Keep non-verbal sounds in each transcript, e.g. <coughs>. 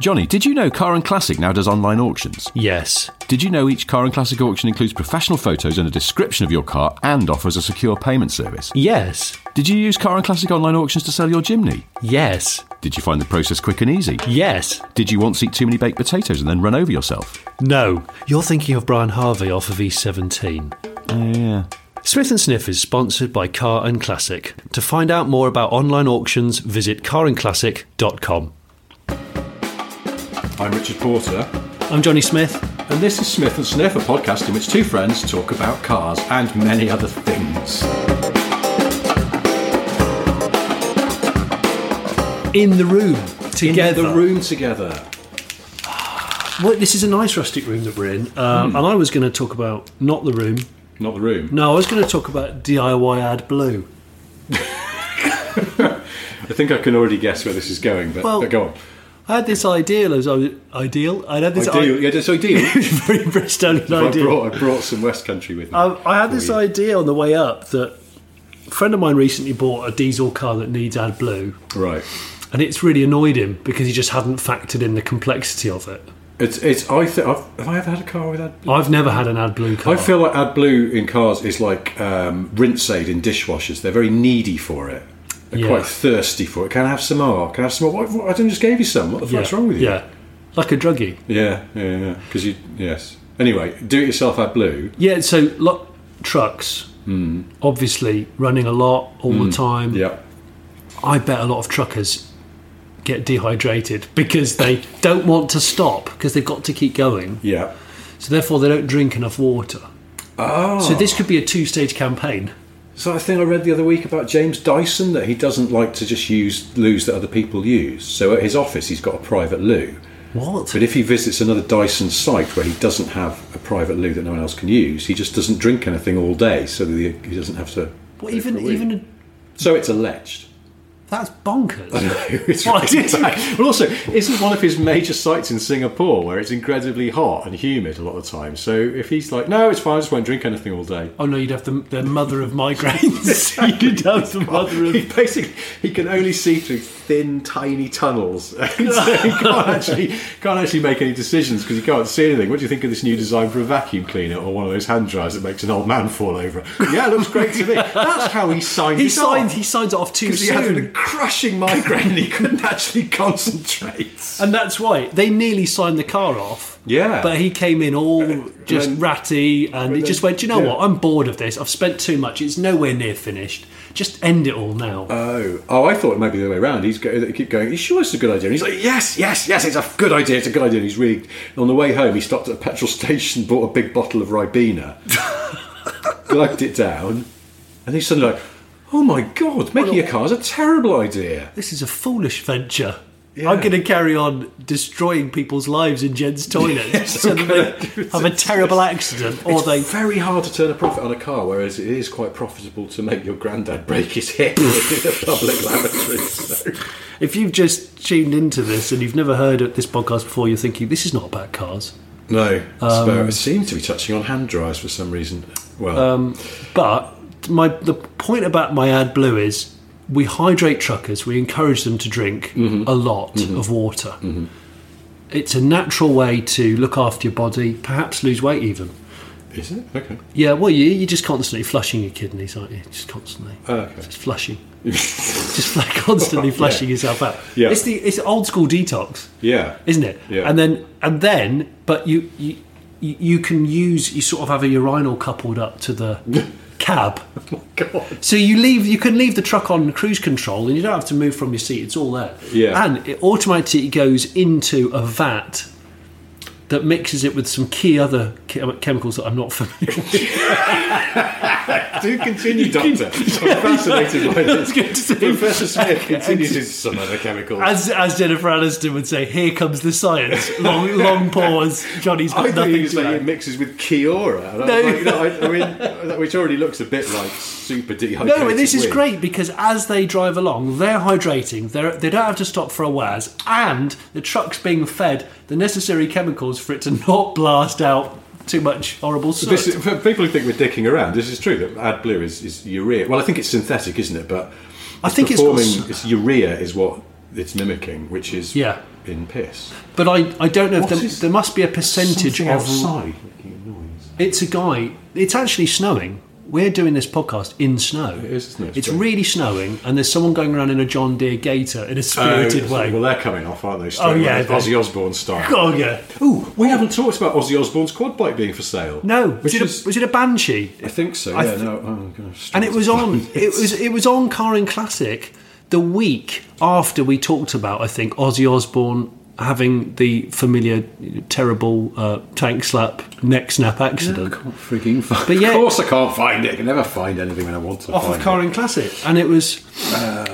Johnny, did you know Car and Classic now does online auctions? Yes. Did you know each Car and Classic auction includes professional photos and a description of your car and offers a secure payment service? Yes. Did you use Car and Classic online auctions to sell your Jimny? Yes. Did you find the process quick and easy? Yes. Did you once eat too many baked potatoes and then run over yourself? No. You're thinking of Brian Harvey off of E17. Oh, yeah. Smith and Sniff is sponsored by Car and Classic. To find out more about online auctions, visit carandclassic.com. I'm Richard Porter. I'm Johnny Smith. And this is Smith and Sniff, a podcast in which two friends talk about cars and many other things. In the room together. In the room together. Well, this is a nice rustic room that we're in, Hmm. um, and I was going to talk about not the room. Not the room. No, I was going to talk about DIY ad blue. I think I can already guess where this is going, but Well- but go on. I had this ideal as I was, ideal. <laughs> I had this Ideal. yeah, that's ideal. I, very Bristolian I idea. Oh. brought, I brought some West Country with me. I, I had this for you. idea on the way up that a friend of mine recently bought a diesel car that needs ad blue, Right. and it's really annoyed him because he just hadn't factored in the complexity of it. It's, it's, I th- I've, have I ever had a car with AdBlue? I've never had an ad blue car. I feel like AdBlue in cars is like um, rinse aid in dishwashers. They're very needy for it. They're Yeah. quite thirsty for it. Can I have some more? Can I have some more? What, what, I didn't just gave you some. What the fuck's wrong with you? Yeah, like a druggie. Yeah, yeah, yeah. Because you, yes. Anyway, do it yourself AdBlue. Yeah, so lot trucks, obviously running a lot all the time. Hmm. Yeah. I bet a lot of truckers get dehydrated because they don't want to stop because they've got to keep going. Yeah. So therefore, they don't drink enough water. Oh. So this could be a two-stage campaign. It's like a thing I read the other week about James Dyson that he doesn't like to just use loos that other people use. So at his office, he's got a private loo. What? But if he visits another Dyson site where he doesn't have a private loo that no one else can use, he just doesn't drink anything all day, so that he he doesn't have to. go Well, even for a wee. even a, so, it's alleged. <laughs> that's bonkers. it's Well, I really did- bad. But also, isn't one of his major sites in Singapore where it's incredibly hot and humid a lot of the time? So if he's like, no, it's fine, I just won't drink anything all day. Oh no, you'd have the, the mother of <laughs> migraines. <laughs> you'd have the mother He of. basically he can only see through thin, tiny tunnels, <laughs> and so he can't actually can't actually make any decisions because he can't see anything. What do you think of this new design for a vacuum cleaner or one of those hand dryers that makes an old man fall over? Yeah, looks great to me. That's how he signed. He it signed. off. He signs it off too because he had a soon, crushing migraine. and He couldn't actually concentrate. and that's why they nearly signed the car off. Yeah. but he came in all just then- ratty, and he then- just went. Do you know yeah. what? I'm bored of this. I've spent too much. It's nowhere near finished. Just end it all now. Oh, oh! I thought it might be the other way around. He's go, he keep going. You sure it's a good idea? And he's like, yes, yes, yes, it's a good idea. It's a good idea. And he's really on the way home. He stopped at a petrol <laughs> station, bought a big bottle of Ribena, <laughs> glugged it down, and he's suddenly like, oh my god, making a car is a terrible idea. this is a foolish venture. Yeah. I'm going to carry on destroying people's lives in Jen's <laughs> toilets so I'm gonna that they do have a this. terrible accident or it's they very hard to turn a profit on a car, whereas it is quite profitable to make your granddad <laughs> break his hip in <laughs> a public lavatory. So. If you've just tuned into this and you've never heard of this podcast before, you're thinking this is not about cars. No, Um, it's about- it seems to be touching on hand dryers for some reason. Well. um, But my the point about my ad blue is we hydrate truckers. We encourage them to drink Mm-hmm. a lot of water. It's a natural way to look after your body, perhaps lose weight even. Is it? Okay. Yeah, well, you, you're just constantly flushing your kidneys, aren't you? Just constantly. Okay. Just flushing. <laughs> just like <laughs> constantly flushing yourself out. Yeah. It's the it's old school detox. Yeah. isn't it? Yeah. And then and then, but you you you you can use you sort of have a urinal coupled up <laughs> to the cab, Oh God. so you leave you can leave the truck on cruise control and you don't have to move from your seat. It's all there. Yeah. And it automatically goes into a vat that mixes it with some key other chem- chemicals that I'm not familiar with. Do <laughs> continue, Doctor. I'm fascinated by this. good to see. Professor Smith continues his <laughs> some other chemicals. As, as Jennifer Aniston would say, here comes the science. Long long pause. Johnny's got I thought he nothing was to like it add. mixes with Kiora. And I, No. was like, no, I, I mean, <laughs> that- which already looks a bit like super dehydrated. No, but this is wheat. great because as they drive along, they're hydrating. They're, they don't have to stop for a Waz, and the truck's being fed the necessary chemicals for it to <laughs> not blast out too much horrible soot. This is, for people who think we're dicking around, this is true that AdBlue is, is urea. Well, I think it's synthetic, isn't it? But I think it's got performing, s- it's urea is what it's mimicking, which is Yeah. in piss. but I, I don't know if What there, is- there must be a percentage Something of. outside making a noise. It's a guy. It's actually snowing. We're doing this podcast in snow. It is, isn't it? It's It's great. really snowing, and there's someone going around in a John Deere Gator in a spirited Oh, way. Well, they're coming off, aren't they? Oh, yeah, they- Ozzy Osbourne style. oh yeah. Ooh, we haven't talked about Ozzy Osbourne's quad bike being for sale. No, was which it, is a, was it a banshee? I think so. I yeah, th- no, oh, I'm gonna and it was on. it was it was on Car and Classic the week after we talked about I think Ozzy Osbourne having the familiar terrible uh, tank slap neck snap accident freaking find. But yeah- of course I can't find it. I can never find anything when I want to. off find of Car it. and Classic, and it was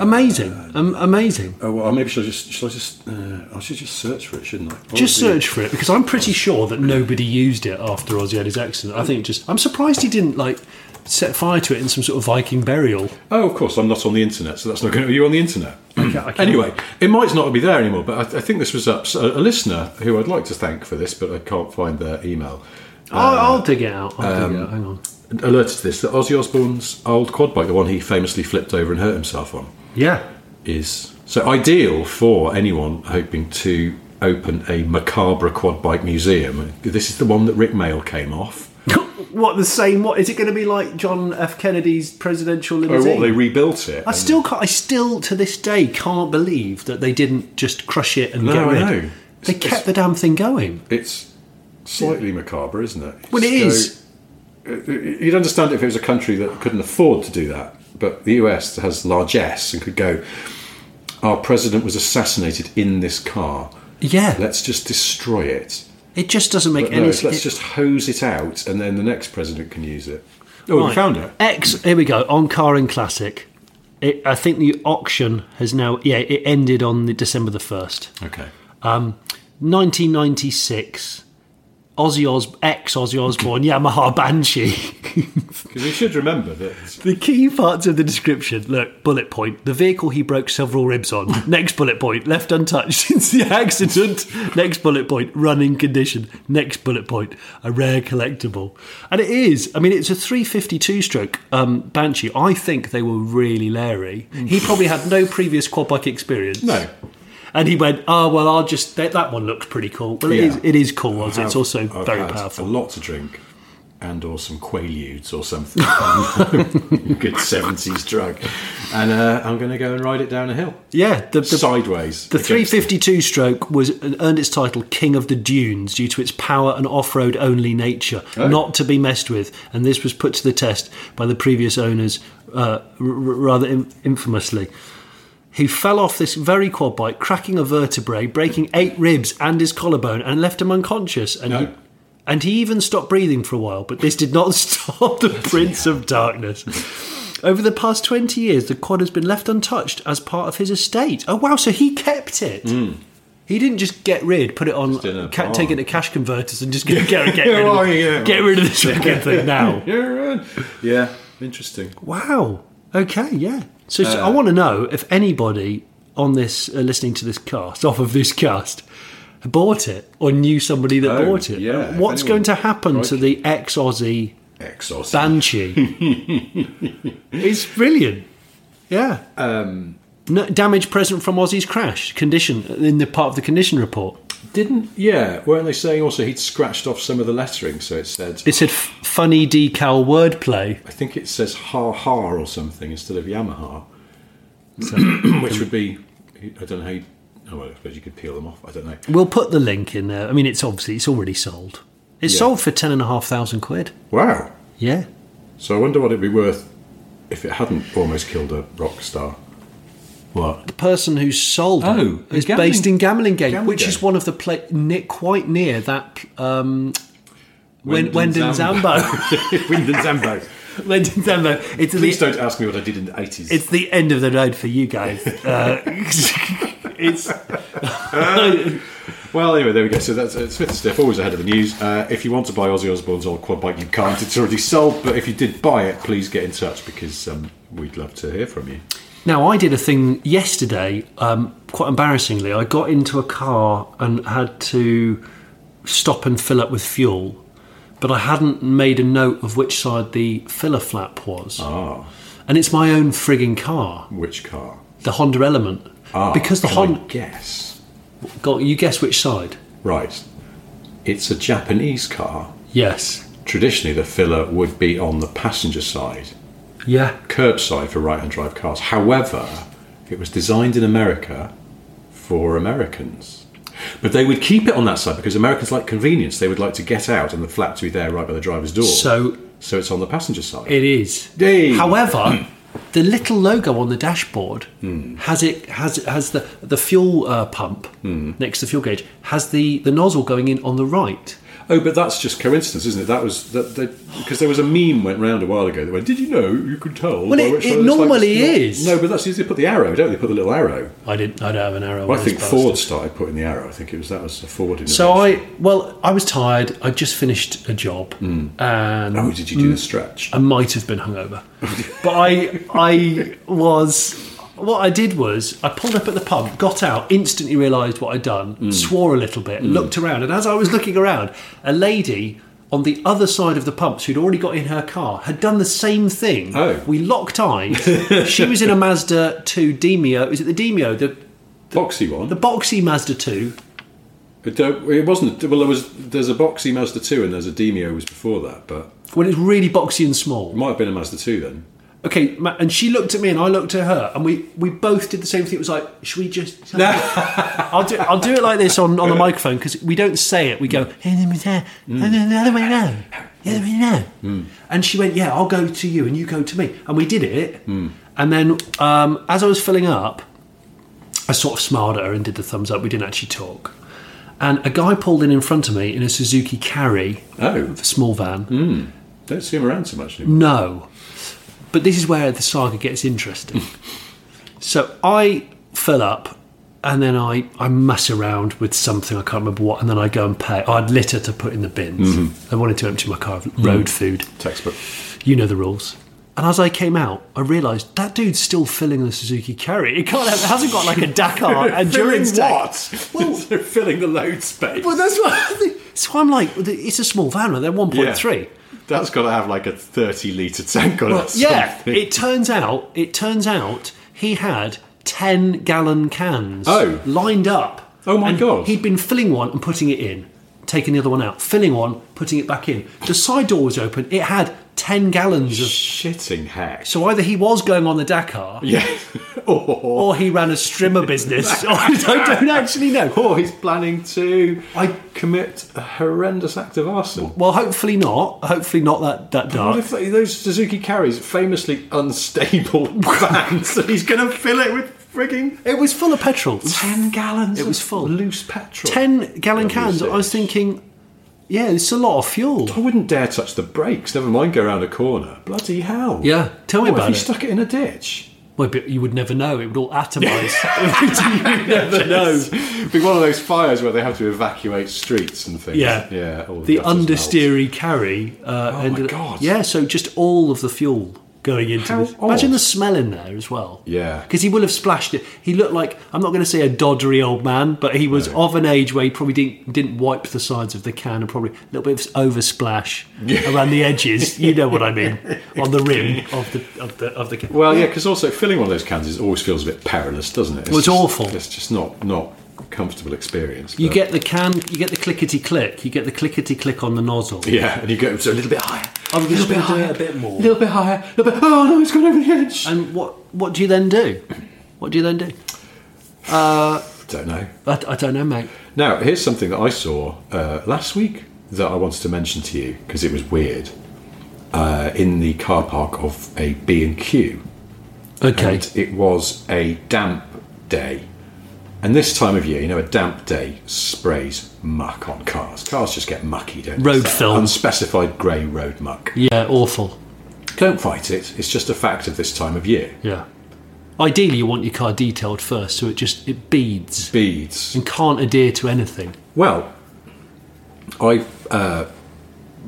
amazing, um, amazing. Oh, well, maybe should I just? Should I just? Uh, I should just search for it, shouldn't I? Or Just do- search for it because I'm pretty sure that nobody used it after Ozzy had his accident. I think it just I'm surprised he didn't like set fire to it in some sort of Viking burial. Oh, of course, I'm not on the internet, so that's not going to. Are you on the <clears throat> internet? I can't- anyway, it might not be there anymore, but I, I think this was up. so A, listener who I'd like to thank for this, but I can't find their email. I'll, I'll dig it out. I'll dig it out. Hang on. Alerted to this that Ozzy Osbourne's old quad bike, the one he famously flipped over and hurt himself on, Yeah. is so ideal for anyone hoping to open a macabre quad bike museum. This is the one that Rick Mail came off. What the same? What is it going to be like? John F. Kennedy's presidential Oh, limousine. what they rebuilt it. I and- still can't. I still to this day can't believe that they didn't just crush it and No, get I rid. know. They It's- kept the damn thing going. It's slightly macabre, isn't it? Well, it is. So, uh, You'd understand it if it was a country that couldn't afford to do that, but the US has largesse and could go. Our president was assassinated in this car. Yeah, Let's just destroy it. it just doesn't make But any no, it's, sense. let's just hose it out, and then the next president can use it. Oh, we Right. found it. X. Here we go on Car and Classic. It, I think the auction has now. Yeah, it ended on the December the first. Okay. Um, 1996. Ozzy Os ex Ozzy Osbourne Yamaha Banshee. <laughs> Because we should remember that. The key parts of the description look, bullet point, the vehicle he broke several <laughs> ribs on. Next bullet point, left untouched <laughs> since the accident. Next bullet point, running condition. Next bullet point, a rare collectible. And it is, I mean, it's a 352 stroke um, Banshee. I think they were really Larry. He probably had no previous quad bike experience. Mm. No. And he went, oh, well, I'll just, that, that one looks pretty cool. Well, it, Yeah. is, it is cool, Oz. Have- It's also I've very had powerful. A lot to drink, and or some quaaludes or something. <laughs> Good seventies drug, and uh, I'm going to go and ride it down a hill Yeah, the, the sideways. The against 352 stroke was earned its title King of the Dunes due to its power and off-road only nature, not to be messed with, and this was put to the test by the previous owners uh, r- r- rather in- infamously. He fell off this very quad bike, cracking a vertebrae, breaking eight ribs and his collarbone, and left him unconscious. And he, No. and he even stopped breathing for a while, but this did not <laughs> stop the Prince of Darkness. Over the past 20 years, the quad has been left untouched as part of his estate. Oh, wow, so he kept it. He didn't just get rid, put it on, Hmm. in a ca- barn. take it to cash converters and just get, <laughs> get, get, Yeah, rid, of well, the, yeah. get rid of this fucking thing now. Yeah, right. yeah, interesting. Wow. Okay, yeah. So, Uh, so I want to know if anybody on this, uh, listening to this cast, <laughs> off of this cast, bought it or knew somebody that Oh, bought it. yeah, if What's anyone- going to happen to the ex Aussie Exhaust. <laughs> Banshee. it's brilliant. Yeah. Um, no, damage present from Aussie's crash condition in the part of the condition report. Didn't yeah? Weren't they saying also he'd scratched off some of the lettering, so it said. It said f- funny decal wordplay. I think it says ha ha or something instead of Yamaha, <clears throat> which would be I don't know. How you, oh well, I suppose you could peel them off. I don't know. We'll put the link in there. I mean, it's obviously it's already sold. It's Yeah. sold for ten and a half thousand quid. Wow. Yeah. So I wonder what it'd be worth if it hadn't almost killed a rock star. What? <laughs> The person who sold Oh, it is in Gamelin- based in Gamelingate, Gamelingate. which is one of the pla- ne- quite near that um, Wendon Wendon Zambo. <laughs> <laughs> Wind and Zambo. Legends Demo. It's Please the, don't ask me what I did in the 80s. it's the end of the road for you guys. <laughs> Uh, it's <laughs> Well, anyway, there we go. So that's uh, Smith and Stiff, always ahead of the news. Uh, if you want to buy Ozzy Osbourne's old quad bike, you can't. It's already sold. But if you did buy it, please get in touch because um, we'd love to hear from you. Now, I did a thing yesterday, um, quite embarrassingly. I got into a car and had to stop and fill up with fuel, but I hadn't made a note of which side the filler flap was. Ah, And it's my own frigging car, which car? the Honda Element. Ah, because the can Honda. I guess. God, you guess which side? Right. It's a Japanese car. Yes. Traditionally, the filler would be on the passenger side, Yeah. curbside for right hand drive cars. However, it was designed in America for Americans. But they would keep it on that side because Americans like convenience. They would like to get out and the flap to be there right by the driver's door. So So it's on the passenger side. it is. Yay. However, the little logo on the dashboard Hmm. has it has has the the fuel uh, pump Hmm. next to the fuel gauge has the the nozzle going in on the right. oh, but that's just coincidence, isn't it? That was that because there was a meme went round a while ago that went, "Did you know you could tell?" Well, by it- which it side the flap normally not-" is. No, but that's usually put the arrow, don't they? Put the little arrow. I didn't. I don't have an arrow. Well, on I this think bastard. Ford started putting the arrow. I think it was that was a Ford. Innovation. So I well, I was tired. I just finished a job, Hmm. and Oh, did you do the stretch? I might have been hungover, but I I was. What I did was I pulled up at the pump, got out, instantly realised what I'd done, swore a little bit, looked around, and as I was looking around, a lady on the other side of the pumps who'd already got in her car had done the same thing. Oh. We locked eyes. she was in a Mazda 2 Demio. Is it the Demio? The boxy one. the boxy Mazda 2 But uh, it wasn't. Well, there was. There's a boxy Mazda two, and there's a Demio was before that, but when it's really boxy and small. it might have been a Mazda two then. Okay, ma- and she looked at me and I looked at her, and we, we both did the same thing. It was like, should we just? I'll do I'll do it like this on, on the microphone because we don't say it. We go "Hey, let me tell- no, no, the other way round, the other way round. And she went, yeah, I'll go to you and you go to me, and we did it. And then um, as I was filling up, I sort of smiled at her and did the thumbs up. We didn't actually talk. And a guy pulled in in front of me in a Suzuki Carry, Oh, small van. don't see him around so much anymore. No. But this is where the saga gets interesting. so I fill up and then I, I mess around with something, I can't remember what, and then I go and pay. I'd litter to put in the bins. I wanted to empty my car of road food. Textbook. You know the rules. And as I came out, I realised that dude's still filling the Suzuki Carry. It can't have, it hasn't got like a Dakar endurance tank. <laughs> Well, filling the load space. Well, that's what. So I'm like, it's a small van, right? They're 1.3. That's got to have like a thirty litre tank on it. Yeah, something. it turns out it turns out he had ten gallon cans Oh. lined up. Oh my And God. He'd been filling one and putting it in, taking the other one out, filling one, putting it back in. The side door was open. It had ten gallons of. Shitting heck. So either he was going on the Dakar, Yeah. <laughs> Oh, or, or he ran a <laughs> strimmer business. I don't- don't actually know. or Oh, he's planning to I- commit a horrendous act of arson. Well, hopefully not. Hopefully not that that What dark. if they, those Suzuki carries famously unstable <laughs> vans and he's going to fill it with frigging It was full of petrol. 10 gallons It was of full. loose petrol? 10 gallon cans. I was thinking, yeah, it's a lot of fuel. I wouldn't dare touch the brakes, never mind go around a corner. Bloody hell. Yeah, tell me Oh, about if it. you stuck it in a ditch. Well, but you would never know. It would all atomize. <laughs> you never know. It'd be one of those fires where they have to evacuate streets and things. Yeah. Yeah. all The gutters melt. understeery carry. Uh, Oh my God. Yeah, so just all of the fuel going into How this. Imagine odd. the smell in there as well. Yeah. Because he will have splashed it. He looked like, I'm not going to say a doddery old man, but he was of an age where he probably didn't, didn't wipe the sides of the can and probably a little bit of oversplash around the edges. You know what <laughs> I mean. On the rim of the, of the, of the can. Well, yeah, because also filling one of those cans is always feels a bit perilous, doesn't it? Well, it's just- awful. It's just not not a comfortable experience. You but- get the can, you get the clickety click, you get the clickety click on the nozzle. yeah, and you go so a little bit higher, I'm just bit going to do higher. it a bit more. a little bit higher, a little bit. Oh no, it's gone over the edge. And what what do you then do? What do you then do? don't know. I, I don't know, mate. Now, here's something that I saw uh, last week that I wanted to mention to you because it was weird. Uh, in the car park of a B and Q, Okay. and it was a damp day. And this time of year, you know, a damp day sprays muck on cars. Cars just get mucky, don't they? Road It's film. Unspecified grey road muck. yeah, awful. Don't fight it. It's just a fact of this time of year. Yeah. Ideally, you want your car detailed first, so it just it beads Beads. and can't adhere to anything. Well, I uh,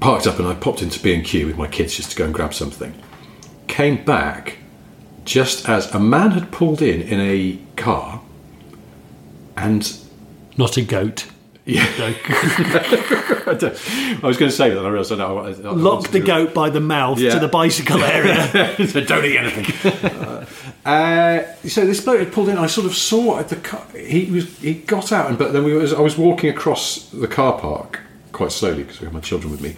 parked up and I popped into B and Q with my kids just to go and grab something. Came back just as a man had pulled in in a car, and <laughs> Not a goat. yeah, No. I don't- I was going to say that and I realised I know. I, I <laughs> Lock the goat by the mouth Yeah. to the <laughs> bicycle area. <laughs> so don't eat anything. <laughs> uh, so this bloke had pulled in. I sort of saw at the car. He was he got out, and but then we was, I was walking across the car park quite slowly because we had my children with me.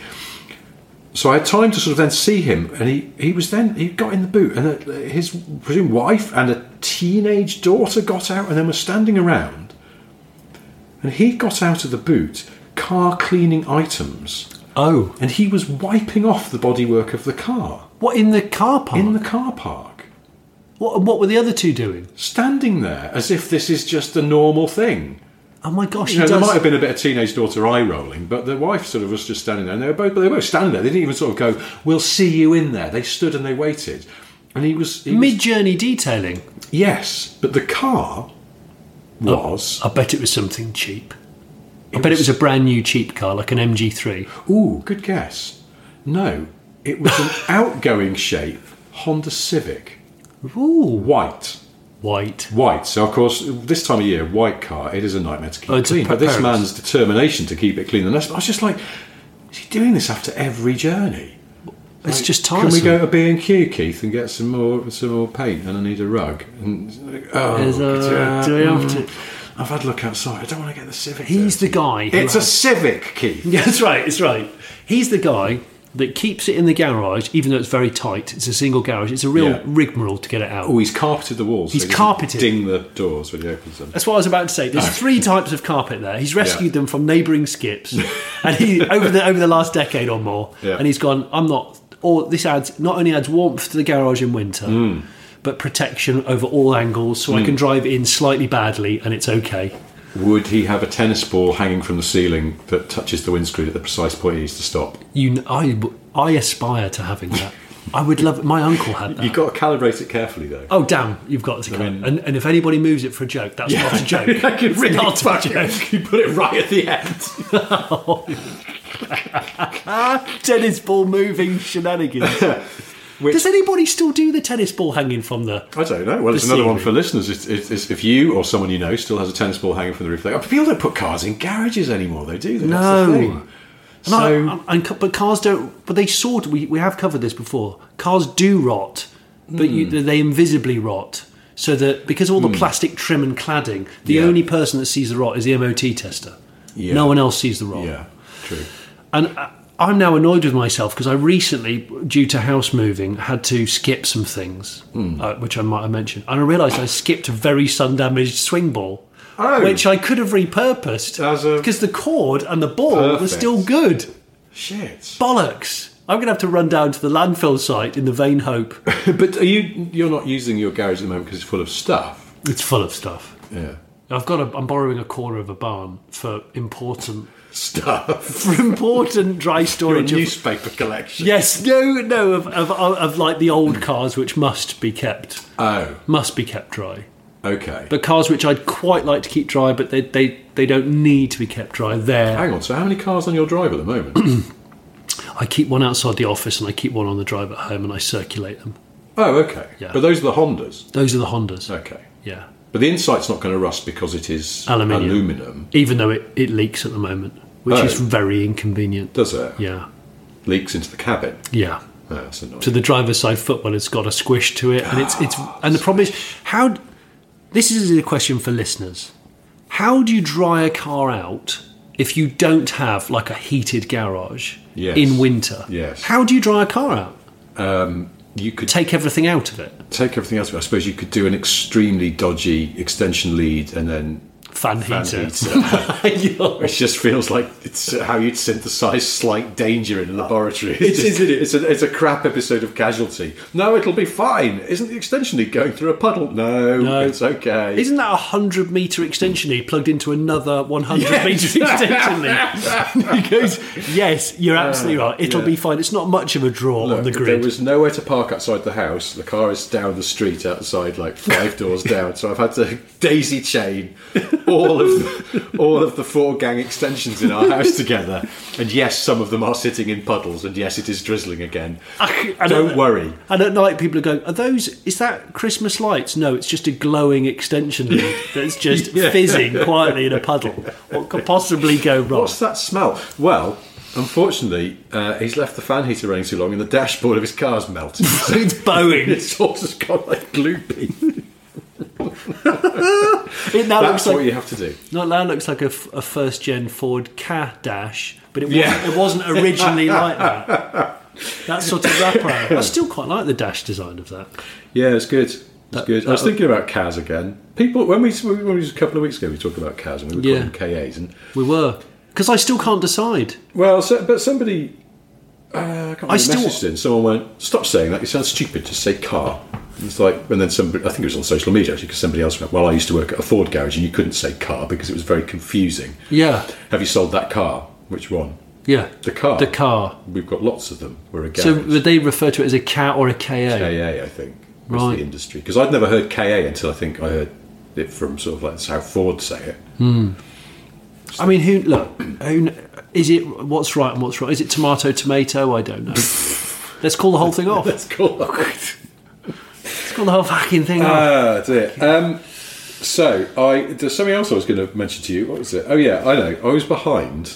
So I had time to sort of then see him, and he, he was then he got in the boot, and uh, his presumed wife and a teenage daughter got out, and then were standing around. And he got out of the boot, car cleaning items, oh, and he was wiping off the bodywork of the car what in the car park? in the car park. what, what were the other two doing? standing there as if this is just a normal thing. Oh my gosh, You know, he there does. might have been a bit of teenage daughter eye rolling, but the wife sort of was just standing there, and they were both, they were both standing there. They didn't even sort of go, "We'll see you in there." They stood and they waited, and he was, he was- Mid-journey detailing. yes, but the car Oh. was I bet it was something cheap. I bet it was a brand new cheap car, like an MG3. ooh, good guess. No, it was <laughs> an outgoing shape Honda Civic, Ooh, white. white. White. So, of course, this time of year, white car, it is a nightmare to keep Oh, it it's a clean. But this preparedness. man's determination to keep it clean, and that's, I was just like, is he doing this after every journey? It's just Can tiresome. we go to B and Q, Keith, and get some more some more paint? And I need a rug. And it's like, oh, Is, uh, it's, do we have to- I've had a look outside. I don't want to get the Civic. He's the dirty. guy. who It's a Civic, Keith. Yeah, <laughs> that's right. It's right. He's the guy that keeps it in the garage, even though it's very tight. It's a single garage. It's a real Yeah. rigmarole to get it out. Oh, he's carpeted the walls. He's he doesn't carpeted. Ding the doors when he opens them. That's what I was about to say. There's three types of carpet there. He's rescued them from neighbouring skips, <laughs> and he over the over the last decade or more, Yeah. and he's gone. I'm not. Or this adds not only adds warmth to the garage in winter, but protection over all angles, so I can drive in slightly badly and it's okay. Would he have a tennis ball hanging from the ceiling that touches the windscreen at the precise point he needs to stop? You, kn- I, I aspire to having that. I would love. My uncle had that. You've got to calibrate it carefully, though. Oh damn! You've got to go. mean- and, and if anybody moves it for a joke, that's not a <laughs> joke. I can It's really not a <laughs> joke. You put it right at the end. <laughs> tennis ball <laughs> moving shenanigans. Does anybody still do the tennis ball hanging from the? I don't know. Well, it's The another one ceiling. for listeners. It's, it's, it's if you or someone you know still has a tennis ball hanging from the roof. Like, people don't put cars in garages anymore, though, do they? That's No. the thing. No, So, and- and, ca- but cars don't. But they sort. We we have covered this before. Cars do rot, but you, Hmm. they invisibly rot. So that because of all the plastic trim and cladding, the Yeah. only person that sees the rot is the MOT tester. Yeah. No one else sees the rot. yeah, true. And I- I'm now annoyed with myself because I recently, due to house moving, had to skip some things, Hmm. uh, which I might have mentioned. And I realised I skipped a very sun damaged swing ball, Oh. which I could have repurposed As a- because the cord and the ball were Perfect. still good. Shit. Bollocks. I'm going to have to run down to the landfill site in the vain hope But are you? You're not using your garage at the moment because it's full of stuff. it's full of stuff. Yeah, I've got a, I'm borrowing a corner of a barn for important <laughs> <laughs> stuff. for important dry Your <laughs> storage of newspaper collection. Yes, no, no, of, of, of, of like the old cars which must be kept, Oh, must be kept dry. okay. But cars which I'd quite like to keep dry, but they, they, they don't need to be kept dry. There, Hang on. So, how many cars on your drive at the moment? <clears throat> I keep one outside the office and I keep one on the drive at home and I circulate them. oh, okay. Yeah. But those are the Hondas. Those are the Hondas. Okay. Yeah, But the insight's not going to rust because it is Aluminium. aluminum, even though it, it leaks at the moment, which Oh. is very inconvenient. does it? Yeah, Leaks into the cabin. yeah. Oh, that's annoying. to the driver's side footwell has got a squish to it and it's it's Ah, and the problem is how this is a question for listeners how do you dry a car out if you don't have like a heated garage Yes. in winter Yes. how do you dry a car out you could take everything out of it take everything else. I suppose you could do an extremely dodgy extension lead and then fan heater. heater. <laughs> You're- It just feels like it's how you'd synthesize slight danger in a laboratory. It's, It is, just- isn't it? It's, a, it's a crap episode of Casualty. No, it'll be fine. Isn't the extension lead going through a puddle? No, No. it's okay. <laughs> Isn't that a 100 metre extension lead plugged into another 100 metre <laughs> extension lead? he goes, Yes, you're absolutely right. It'll yeah. be fine. It's not much of a draw on the Look, There grid. was nowhere to park outside the house. The car is down the street outside, like five <laughs> doors down. So I've had to daisy chain all of the, all of the four gang extensions in our house together. And yes, some of them are sitting in puddles. And yes, it is drizzling again. And Don't at- worry. And at night, people are going, Are those, is that Christmas lights? No, it's just a glowing <laughs> extension lead that's just Yeah. fizzing quietly in a puddle. What could possibly go wrong? <laughs> What's that smell? Well, unfortunately, uh, he's left the fan heater running too long, and the dashboard of his car's melted. <laughs> it's <laughs> Boeing. It's all just gone like gloopy. It now That's looks like what you have to do. No, that looks like a, f- a first gen Ford Ka dash, but it wasn't, Yeah. <laughs> it wasn't originally like that. That sort <laughs> of wraparound. I still quite like the dash design of that. Yeah, it's good. It's That- good. I was that- thinking about Kaz again. People, when we when we was a couple of weeks ago, we talked about Kaz and we were Yeah. calling them KAs, and We were. Because I still can't decide. well, so, but somebody. Uh, I can't remember I who still- messaged in. Someone went, "Stop saying that. You sound stupid. Just say car." And It's like, and then somebody. I think it was on social media actually, because somebody else went, "Well, I used to work at a Ford garage, and you couldn't say car because it was very confusing." Yeah. Have you sold that car? Which one? Yeah. The car. The car. We've got lots of them. We're a garage. So would they refer to it as a Ka or a KA? KA, I think, was Right. the industry. Because I'd never heard KA until I think I heard it from sort of like that's how Ford say it. <laughs> I mean, who, look, who, kn- is it what's right and what's wrong? Is it tomato, tomato? I <laughs> don't know. Let's call the whole thing off. Let's That's <laughs> cool. Ah, call the whole fucking thing off. that's it. Um, so, I there's something else I was going to mention to you. What was it? Oh, yeah, I know. I was behind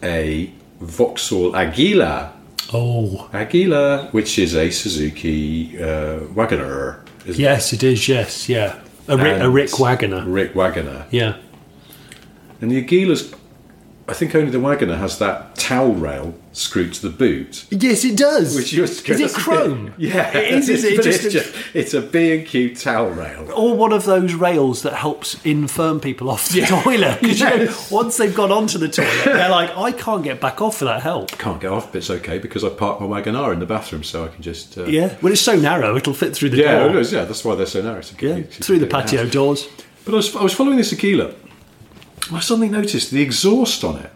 a Vauxhall Aguila. Oh. Aguila, which is a Suzuki uh, Wagoner. Isn't Yes, it is. Yes, yeah. A, Rick, a And- Rick Wagoner. It? Rick Wagoner. Yeah. And the Aguila's, I think only the Wagoner has that towel rail screwed to the boot. Yes, it does. Which you're scared is it of. <laughs> chrome? <laughs> Yeah, it is. Is it but just, it's, just, it's a B and Q towel rail. or one of those rails that helps infirm people off the <laughs> toilet? 'Cause, you know, Yes. once they've gone onto the <laughs> toilet, they're like, I can't get back off without help. Can't get off, but it's okay because I parked my wagon R in the bathroom, so I can just uh, Yeah. Well, it's so narrow, it'll fit through the yeah, door. it is, yeah. That's why they're so narrow. It's a Yeah, complete- through the complete patio house. doors. But I was, I was following this Aguila. and I suddenly noticed the exhaust on it.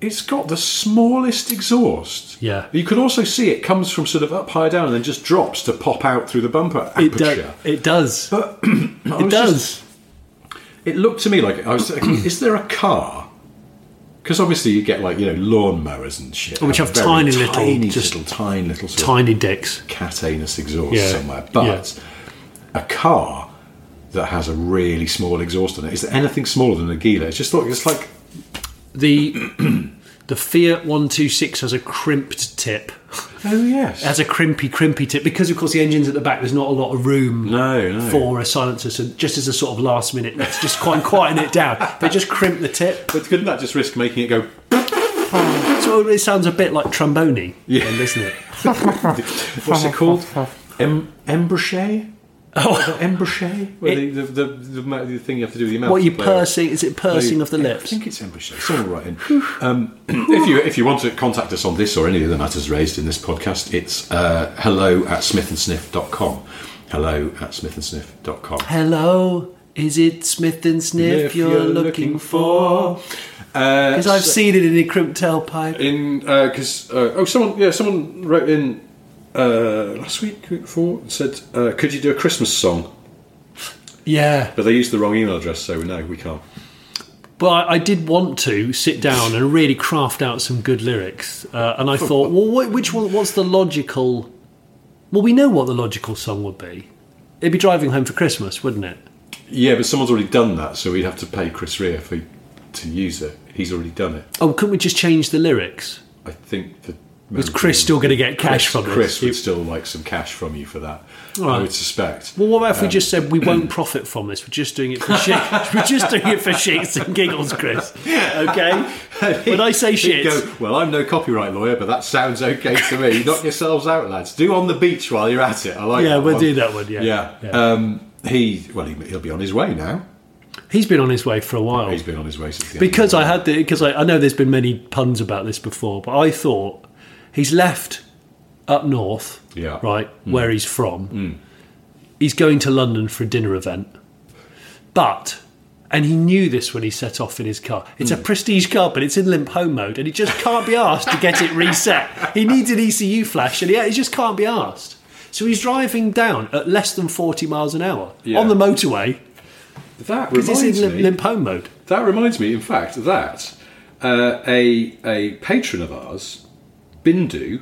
It's got the smallest exhaust. Yeah. You can also see it comes from sort of up high down and then just drops to pop out through the bumper It, do- aperture. it does. But I It was just- does. It looked to me like I was <clears throat> thinking, is there a car? Because obviously you get like you know lawnmowers and shit, Oh, Which have very tiny little- tiny just little, tiny little, sort of Tiny dicks. cat anus exhaust Yeah, somewhere. But a car that has a really small exhaust on it. Is there anything smaller than a Gila? It's just like it's like The <clears throat> the Fiat 126 has a crimped tip. oh yes, has a crimpy, crimpy tip because, of course, the engine's at the back. There's not a lot of room No, no. for a silencer. So just as a sort of last minute, let's just quite <laughs> quieten it down. But just crimp the tip. but couldn't that just risk making it go? So it sounds a bit like trombone, Yeah. then, doesn't it? What's it called? Em- embouchure. Oh, Embouchure? Well, It- the, the, the, the, the thing you have to do with your mouth. what you to blow it. pursing? Is it pursing of the I lips? think it's embouchure. Someone write in. Um, <clears throat> if you if you want to contact us on this or any of the matters raised in this podcast, it's uh, hello at smithandsniff.com. Hello at smithandsniff.com. Hello, is it Smith and Sniff you're, looking, for? Because I've seen it in a crimped tailpipe. uh, in because uh, oh someone yeah someone wrote in uh, last week week before and said uh, could you do a Christmas song? Yeah. But they used the wrong email address, so no, we can't. But I, I did want to sit down and really craft out some good lyrics, uh, and <laughs> I thought, well, wh- which one? What's the logical? Well, we know what the logical song would be. It'd be driving home for Christmas, wouldn't it? Yeah, but someone's already done that, so we'd have to pay Chris Rea for to use it. He's already done it. Oh, couldn't we just change the lyrics? I think the Was Chris still going to get cash Chris, from us? Chris would still like some cash from you for that. I Right. would suspect. Well, what about Um, if we just said we <clears throat> won't profit from this? We're just doing it for shit. We're just doing it for shits and giggles, <laughs> Chris. Okay. When I say He'd shit, go, well, I'm no copyright lawyer, but that sounds okay to me. <laughs> Knock yourselves out, lads. Do on the beach while you're at it. I like. yeah, that we'll one. do that one. Yeah. Yeah. Um, he well, he, he'll be on his way now. He's been on his way for a while. He's been on his way since the because I had the because I, I know there's been many puns about this before, but I thought he's left up north, Yeah. Mm. right where he's from. He's going to London for a dinner event, but and he knew this when he set off in his car. It's Mm. a prestige car, but it's in limp home mode, and he just can't be asked to get it reset. He needs an ECU flash, and yeah, he just can't be asked. So he's driving down at less than forty miles an hour Yeah. on the motorway That because reminds it's in limp, me. limp home mode. That reminds me, in fact, that uh, a a patron of ours, Bindu,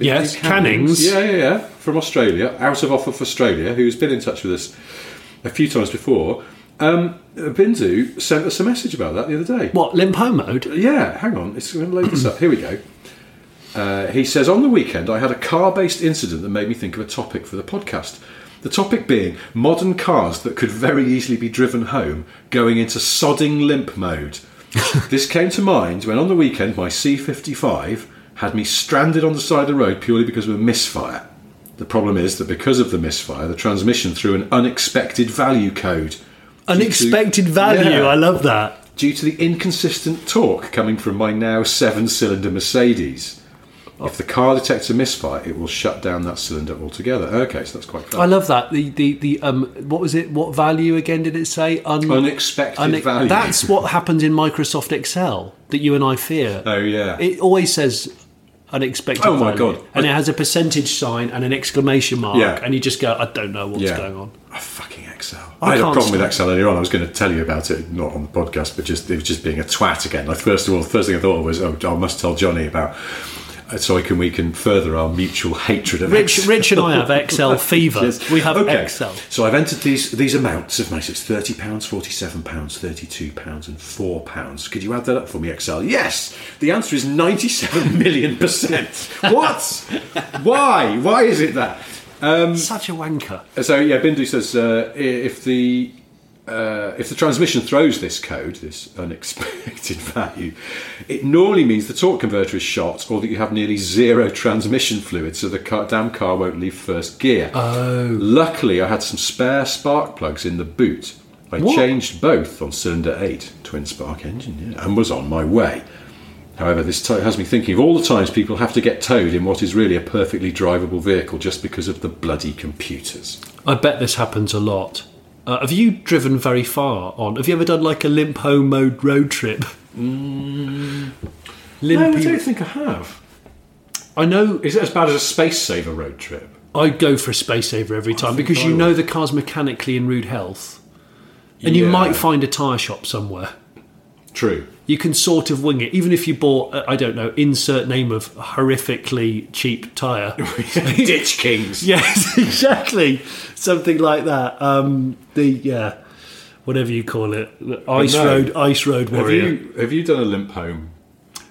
Yes, Cannings. Yeah, yeah, yeah. From Australia, out of offer for Australia, who's been in touch with us a few times before. Um, Bindu sent us a message about that the other day. What limp home mode? Yeah, hang on. It's going to load this up. Here we go. Uh, he says, On the weekend, I had a car based incident that made me think of a topic for the podcast. The topic being modern cars that could very easily be driven home going into sodding limp <laughs> mode. this came to mind when on the weekend my C55 had me stranded on the side of the road purely because of a misfire. The problem is that because of the misfire, the transmission threw an unexpected value code. Unexpected value. Yeah I love that. due to the inconsistent torque coming from my now seven cylinder Mercedes. If the car detects a misfire, it will shut down that cylinder altogether. Okay, so that's quite I fun. love that. The the the um. What was it? What value again? Did it say? Un- Unexpected une- value. That's what happens in Microsoft Excel that you and I fear. Oh, yeah. It always says unexpected. Oh, my value. God. And I- it has a percentage sign and an exclamation mark. Yeah. And you just go, I don't know what's Yeah. going on. Oh, fucking Excel. I, I had a can't problem with stand- Excel earlier on. I was going to tell you about it, not on the podcast, but just it was just being a twat again. Like first of all, the first thing I thought of was, oh, I must tell Johnny about uh, so I can we can further our mutual hatred of Rich, Excel. Rich and I have Excel fever. <laughs> Yes. We have Okay. Excel. So I've entered these these amounts of money. It's thirty pounds, forty seven pounds, thirty two pounds, and four pounds. Could you add that up for me, Excel? Yes. The answer is ninety seven million <laughs> percent. What? Why? Why is it that? Um, Such a wanker. So yeah, Bindu says uh, i- if the uh, if the transmission throws this code, this <laughs> unexpected value, it normally means the torque converter is shot or that you have nearly zero transmission fluid, so the car, damn car won't leave first gear. Oh. Luckily, I had some spare spark plugs in the boot. I What? changed both on cylinder 8, twin spark engine, yeah, and was on my way. However, this to- has me thinking of all the times people have to get towed in what is really a perfectly drivable vehicle just because of the bloody computers. I bet this happens a lot. Uh, have you driven very far on? Have you ever done like a limp home mode road trip? Mm. Limpy. think I have. I know Is it as bad as a space saver road trip? I go for a space saver every time think because I you know would. the car's mechanically in rude health, and you Yeah. might find a tyre shop somewhere. <laughs> True. You can sort of wing it, even if you bought uh, I don't know insert name of horrifically <laughs> cheap tyre. Ditch kings. <laughs> Yes, exactly. Something like that. Um, the yeah, whatever you call it, the ice no. road, ice road Have warrior. you have you done a limp home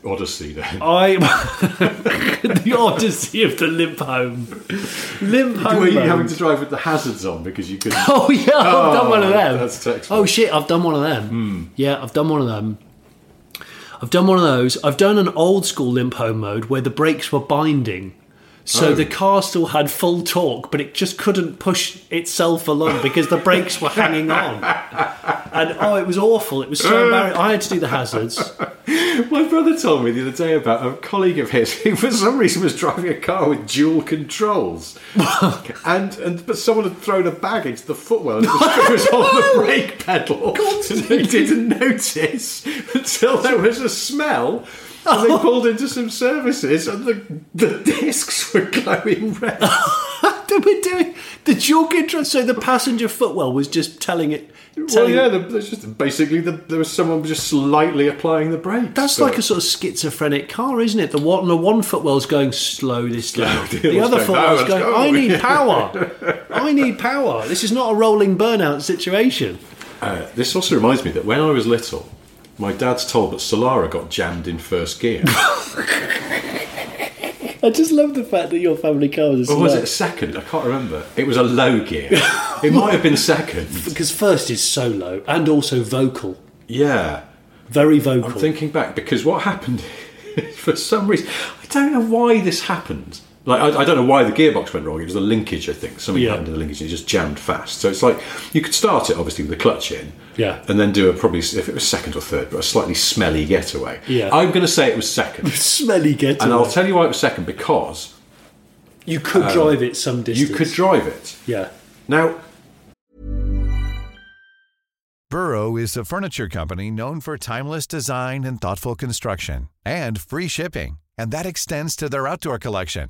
odyssey then? I <laughs> the odyssey of the limp home, limp home. Were you mode. having to drive with the hazards on because you couldn't? <laughs> Oh yeah, I've done one of them. that's Hmm. textbook. oh shit, I've done one of them. Yeah, I've done one of them. I've done one of those. I've done an old school limp home mode where the brakes were binding. So Oh. the car still had full torque, but it just couldn't push itself along because the brakes were hanging on. And oh, it was awful. It was so embarrassing. I had to do the <laughs> hazards. My brother told me the other day about a colleague of his who, for some reason, was driving a car with dual <laughs> controls, and and but someone had thrown a bag into the footwell and <laughs> the screw was on the brake pedal, and they didn't notice until there was a smell. And they <laughs> pulled into some services, and the the discs were glowing red. <laughs> they were doing the dual control. So the passenger footwell was just telling it. well, telling- yeah, the, there's just basically the, there was someone just slightly applying the brake. That's like a sort of schizophrenic car, isn't it? The one, the one footwell's going <laughs> slow this down. dear, The let's other go footwell's now, going, let's go. <laughs> I need power. I need power. This is not a rolling burnout situation. Uh, this also reminds me that when I was little, my dad's told that Solara got jammed in first <laughs> gear. I just love the fact that your family car was a or was it second? I can't remember. It was a low <laughs> gear. It might have been second. Because first is solo and also vocal. Yeah. Very I'm vocal. <laughs> thinking back because what happened is, for some reason, I don't know why this happened. Like I, I don't know why the gearbox went wrong. It was the linkage, I think. Something Yeah. happened to the linkage and it just jammed fast. So it's like you could start it obviously with the clutch in, Yeah. <laughs> and then do a probably if it was second or third, but a slightly smelly getaway. Yeah. I'm going to say it was <laughs> second, Smelly getaway. and I'll tell you why it was second because you could drive it some distance. you could drive it. Yeah. Now Burrow is a furniture company known for timeless design and thoughtful construction and free shipping, and that extends to their outdoor collection.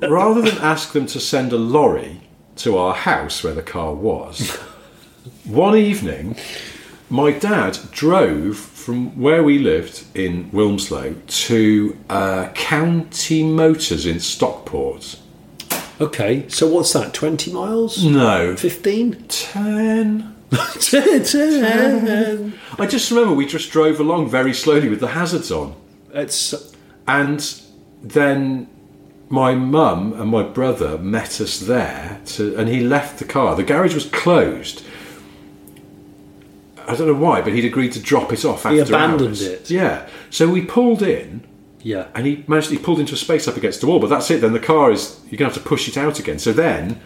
rather than ask them to send a lorry to our house where the car was, one evening, my dad drove from where we lived in Wilmslow to uh, County Motors in Stockport. Okay. So what's that? Twenty miles? No, <laughs> Fifteen? <laughs> 10. Ten. I just remember we just drove along very slowly with the hazards on. It's And then my mum and my brother met us there, to, and he left the car. The garage was closed. I don't know why, but he'd agreed to drop it off after He abandoned hours. it. Yeah. So we pulled in, yeah. and he managed. He pulled into a space up against the wall, but that's it. Then the car is you're gonna have to push it out again. So then.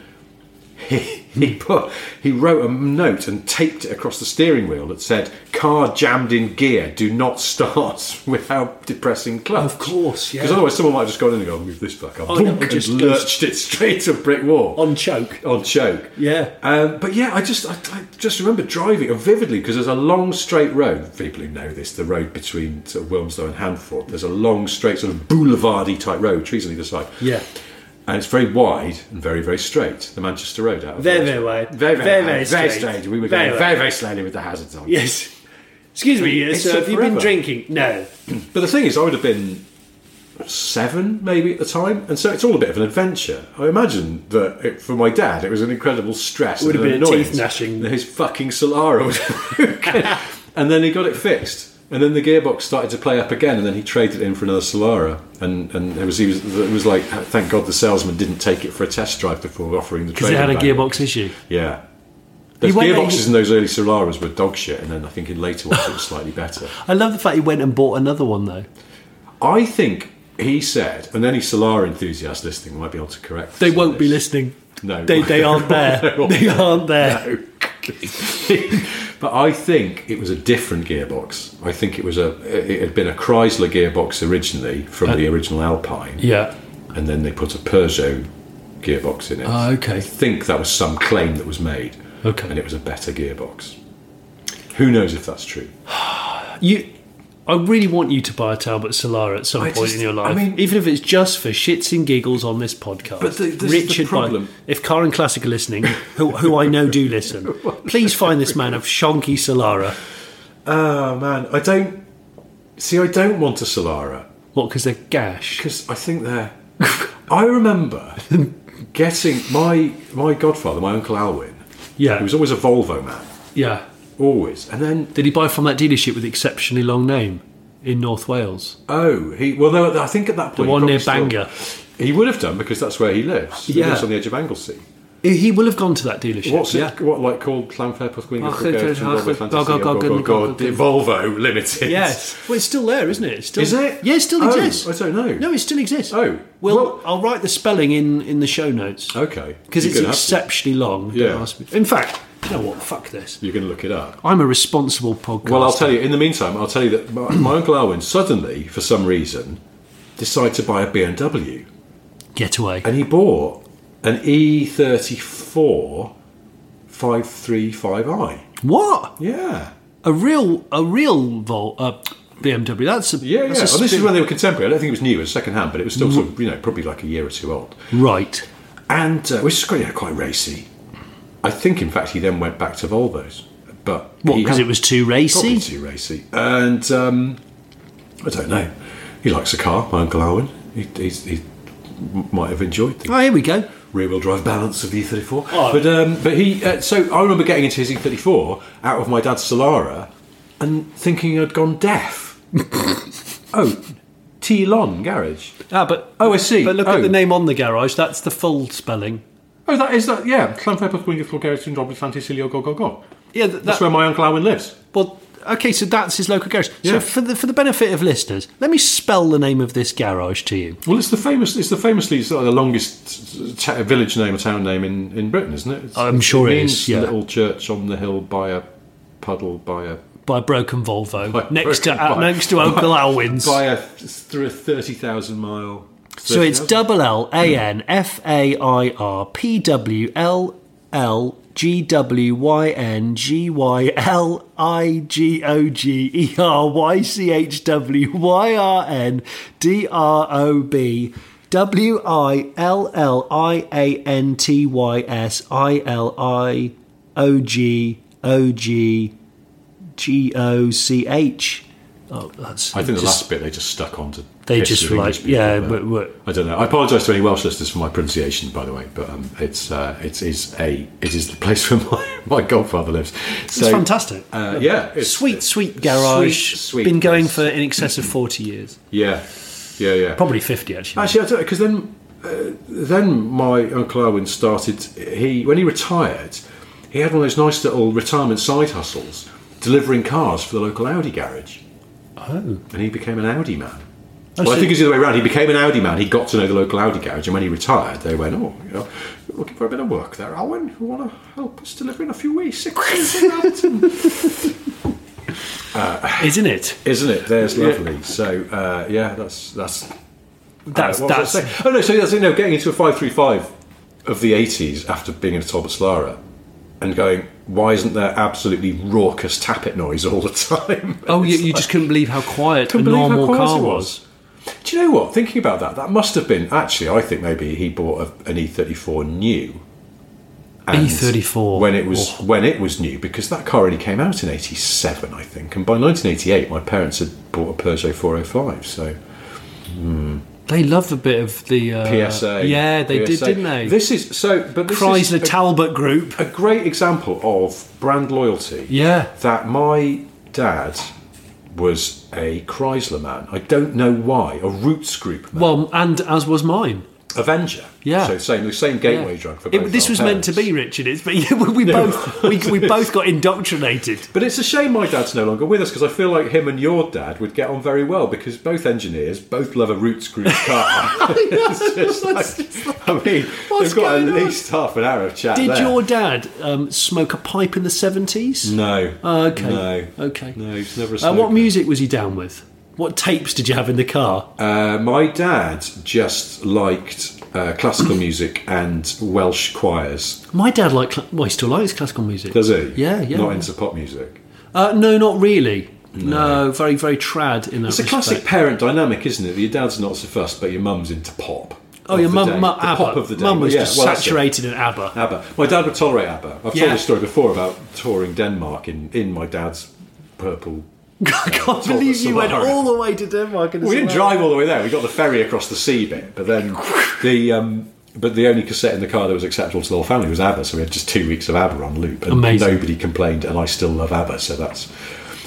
He, <laughs> he put he wrote a note and taped it across the steering wheel that said "Car jammed in gear. Do not <laughs> start without depressing clutch." Of course. Because Yeah. otherwise, someone might have just gone in and gone, move this back up. Oh, no, Boom, it and just just goes- lurched it straight to a brick wall. On choke. On choke. Yeah. Um, but yeah, I just I, I just remember driving vividly because there's a long straight road. People who know this, the road between sort of Wilmslow and Hanford, there's a long straight sort of boulevardy type road, trees on either side. Yeah. And it's very wide and very, very straight. The Manchester Road out of Very, Wilmslow. very wide. Very, very, Very, wide, very very straight. straight. We were Very going wide. very, very slowly with the hazards on. Yes. Excuse me. uh, It's sir, a have you been forever. drinking? No. But the thing is, I would have been seven maybe at the time, and so it's all a bit of an adventure. I imagine that it, for my dad, it was an incredible stress. Would and have an been a annoyance teeth gnashing. that <laughs> His fucking Solara <laughs> was. and then he got it fixed. And then the gearbox started to play up again, and then he traded it in for another Solara. And, and it was he was it was like thank God the salesman didn't take it for a test drive before offering the Because it trade had a back. gearbox issue. Yeah, those went- gearboxes in those early Solaras were dog shit, and then I think in later ones it was slightly better. I love the fact he went and bought another one though. I think he said, and any Solar enthusiast listening might be able to correct. They us on won't be this. listening. No. They, they <laughs> aren't <laughs> there. They're all- they aren't there. No. but I think it was a different gearbox. I think it was a. It had been a Chrysler gearbox originally from the original Alpine, Uh, Yeah. and then they put a Peugeot gearbox in it. Ah, okay. I think that was some claim that was made, Okay. and it was a better gearbox. Who knows if that's true? You, I really want you to buy a Talbot Solara at some I point just- in your life. I mean- even if it's just for shits and giggles on this podcast. But the- this is the problem. By, if Car and Classic are listening, who, who I know do <laughs> listen, please find this man a shonky Solara. Oh man, I don't see. I don't want a Solara. What? Because they're gash. Because I think they're. <laughs> I remember getting my my godfather, my uncle Alwyn. Yeah. He was always a Volvo man, Yeah. always. And then Did he buy from that dealership with exceptionally long name in North Wales? oh, he well, no, I think at that point The he one probably near still- Bangor. he would have done because that's where he lives. He Yeah. lives on the edge of Anglesey. He will have gone to that dealership. What's yeah. it? What like called Clanfair Ach, it- ach, it- go, go, go, go, go, go, go. Volvo Limited. Yes. Well, it's still there, isn't it? It's still, Is it? Yeah, it still Oh, exists. I don't know. No, it still exists. Oh. Well, Well- I'll write the spelling in, in the show notes. Okay. Because You're it's gonna have to- exceptionally long. Don't Yeah. ask me- In fact, you know what? Fuck this. You're going to look it up. I'm a responsible podcast. Well, I'll tell you. In the meantime, I'll tell you that my, my uncle Alwyn suddenly, for some reason, decided to buy a BMW, Get away. E and he bought an E34 535i. What? Yeah. A real a real Vol uh, BMW. That's a Yeah, yeah. That's a Well, this is spin- when they were contemporary. I don't think it was new; it was second-hand, but it was still, sort of, you know, probably like a year or two old. right. And uh, which is quite, yeah, quite racy. I think, in fact, he then went back to Volvos, but What? he Because had- it was too probably racy. too racy. And um, I don't know. He likes a car. My uncle Owen. He, he's, he might have enjoyed the Oh, here we go. rear wheel drive balance of the E34. Oh. But um, but he uh, so I remember getting into his E34 out of my dad's Solara and thinking I'd gone <laughs> deaf. oh, T-Lon garage. Ah, but Oh, I see. But look Oh. at the name on the garage. That's the full spelling. Oh, that is that. Yeah, Clanfepper Queen Garage and Robert Fantasilio go go go. Yeah, th- That's that- where my uncle Owen lives. Well, okay, so that's his local garage. Yeah. So for the for the benefit of listeners, let me spell the name of this garage to you. Well, it's the famous. It's the famously it's like the longest t- village name or town name in, in Britain, isn't it? It's, I'm sure it means is, yeah. Little church on the hill by a puddle by a By Broken Volvo, By next to Broken- <laughs> uh, by- next to Uncle Alwyn's. by a through a thirty thousand mile. So it's 30,000? double L A N F A I R P W L L G W Y N G Y L I G O G E R Y C H W Y R N D R O B W I L L I A N T Y S I L I O G O G G O C H. Oh, that's. I think the just- last bit they just stuck on to. They piss just with English like, people, yeah, but we're- we're- I don't know. I apologise to any Welsh listeners for my pronunciation, by the way, but um, it's uh, it is a it is the place where <laughs> my, my godfather lives. So, It's fantastic. Uh, yeah, it's, sweet, sweet garage. Sweet, sweet Been going place. for in excess of forty years, Yeah, yeah, yeah. probably fifty actually. Actually, I don't because then uh, then my uncle Owen started. He when he retired, he had one of those nice little retirement side hustles, delivering cars for the local Audi garage, oh, and he became an Audi man. Oh, well, I so- think it's the other way around. He became an Audi man. He got to know the local Audi garage, and when he retired, they went, "Oh, you know, you're looking for a bit of work there, Owen. You want to help us deliver in a few weeks?" <laughs> isn't it? uh, Isn't it? There's lovely. So uh, yeah, that's that's That's Uh, what was that's I saying? Oh no, so that's you know getting into a five three five of the eighties after being in a Talbot Slara and going, why isn't there absolutely raucous tappet noise all the <laughs> time? Oh, you, you just couldn't believe how quiet a Couldn't believe how normal quiet car it was. Do you know what? Thinking about that, that must have been actually. I think maybe he bought a, an E thirty four new. E And E34. when it Oh. was when it was new because that car only came out in eighty seven, I think, and by nineteen eighty eight, my parents had bought a Peugeot four hundred five. So. They love a bit of the uh, PSA. Yeah, they did, PSA. didn't they? This is so, but this Chrysler is a, Talbot Group. a great example of brand loyalty. Yeah. that my dad was a Chrysler man. I don't know why. A Roots Group man. Well, and as was mine. Avenger. Yeah. So same, the same gateway Yeah. drug for It- both this our was meant parents. to be, Richard. It's <laughs> but we both we, <laughs> we both got indoctrinated. But it's a shame my dad's no longer with us because I feel like him and your dad would get on very well because both engineers both love a Roots <laughs> Group car. <laughs> <laughs> it's just like, I mean, What's they've got at going on? least half an hour of chat. <laughs> Did there. your dad um, smoke a pipe in the seventies? No. Oh, okay. No. Okay. No, he's never. Uh, smoked. what music was he down with? What tapes did you have in the car? Uh, my dad just liked uh, classical music and Welsh choirs. My dad liked, cla- well, he still likes classical music. Does he? Yeah, yeah. Not yeah. into pop music. uh, no, not really. No. very, very trad in that It's a classic respect. parent dynamic, isn't it? Your dad's not so fussed, but your mum's into pop. Oh, of your the mum, day. mum, the ABBA. pop of the day. Mum was Yeah, just well, that's it. saturated in ABBA. <laughs> ABBA. My dad would tolerate ABBA. I've Yeah. told this story before about touring Denmark in, in my dad's purple. I can't Talbot believe you went Sahara. all the way to Denmark. And We didn't drive all the way there. We got the ferry across the sea bit, but <laughs> then the um, but the only cassette in the car that was acceptable to the whole family was ABBA. So we had just two weeks of ABBA on loop, and Amazing. nobody complained. And I still love ABBA, so that's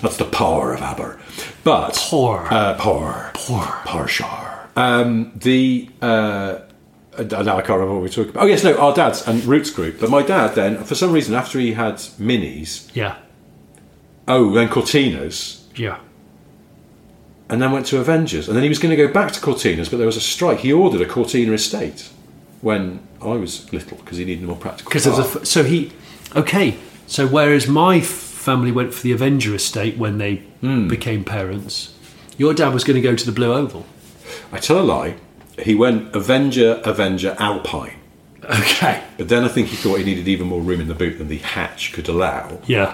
that's the power of ABBA. But Poor. uh, poor, poor, poor, sure. Um, the uh, uh, now I can't remember what we were talking about. Oh yes, no, our dad's and Roots group. But my dad then, for some reason, after he had minis, yeah, oh, then Cortinas, yeah. and then went to Avengers, and then he was going to go back to Cortinas, but there was a strike. He ordered a Cortina estate when I was little because he needed a more practical. Because of car. the f- so he okay. So whereas my f- family went for the Avenger estate when they Hmm. became parents, your dad was going to go to the Blue Oval. I tell a lie. He went Avenger, Avenger, Alpine. Okay. But then I think he thought he needed even more room in the boot than the hatch could allow. Yeah.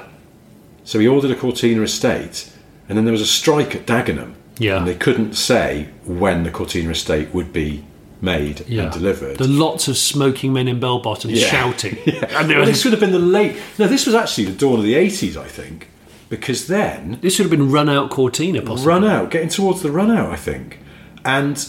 So he ordered a Cortina estate, and then there was a strike at Dagenham. Yeah. And they couldn't say when the Cortina estate would be made Yeah. and delivered. The lots of smoking men in bell bottoms Yeah. shouting. <laughs> Yeah. And they Well, were, this would have been the late. No, this was actually the dawn of the 80s, I think, because then this would have been run out Cortina, possibly. run out, getting towards the run out, I think. And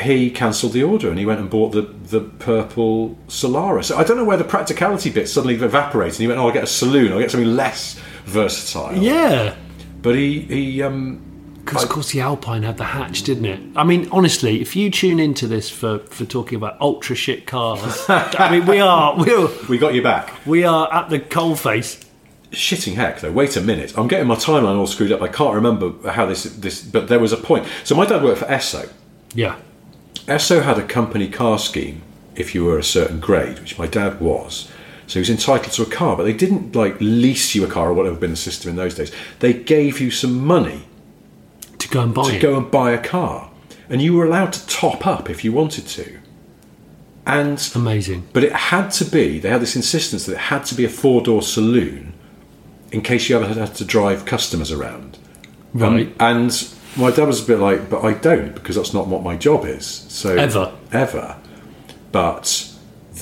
he cancelled the order and he went and bought the, the purple Solara. So I don't know where the practicality bit suddenly evaporated. And he went, oh, I'll get a saloon, I'll get something less versatile. Yeah. But he, he um, Because, of course, the Alpine had the hatch, didn't it? I mean, honestly, if you tune into this for, for talking about ultra <laughs> shit cars, I mean, we are, we are, we got you back. we are at the coalface. Shitting heck though. Wait a minute. I'm getting my timeline all screwed up. I can't remember how this this. But there was a point. So my dad worked for Esso. Yeah. Esso had a company car scheme if you were a certain grade, which my dad was. So he was entitled to a car, but they didn't like lease you a car or whatever had been the system in those days. They gave you some money To go and buy to it. go and buy a car, and you were allowed to top up if you wanted to. And Amazing. but it had to be. They had this insistence that it had to be a four-door saloon, in case you ever had to drive customers around. Um, Right. and my dad was a bit like, but I don't because that's not what my job is. So Ever. ever. But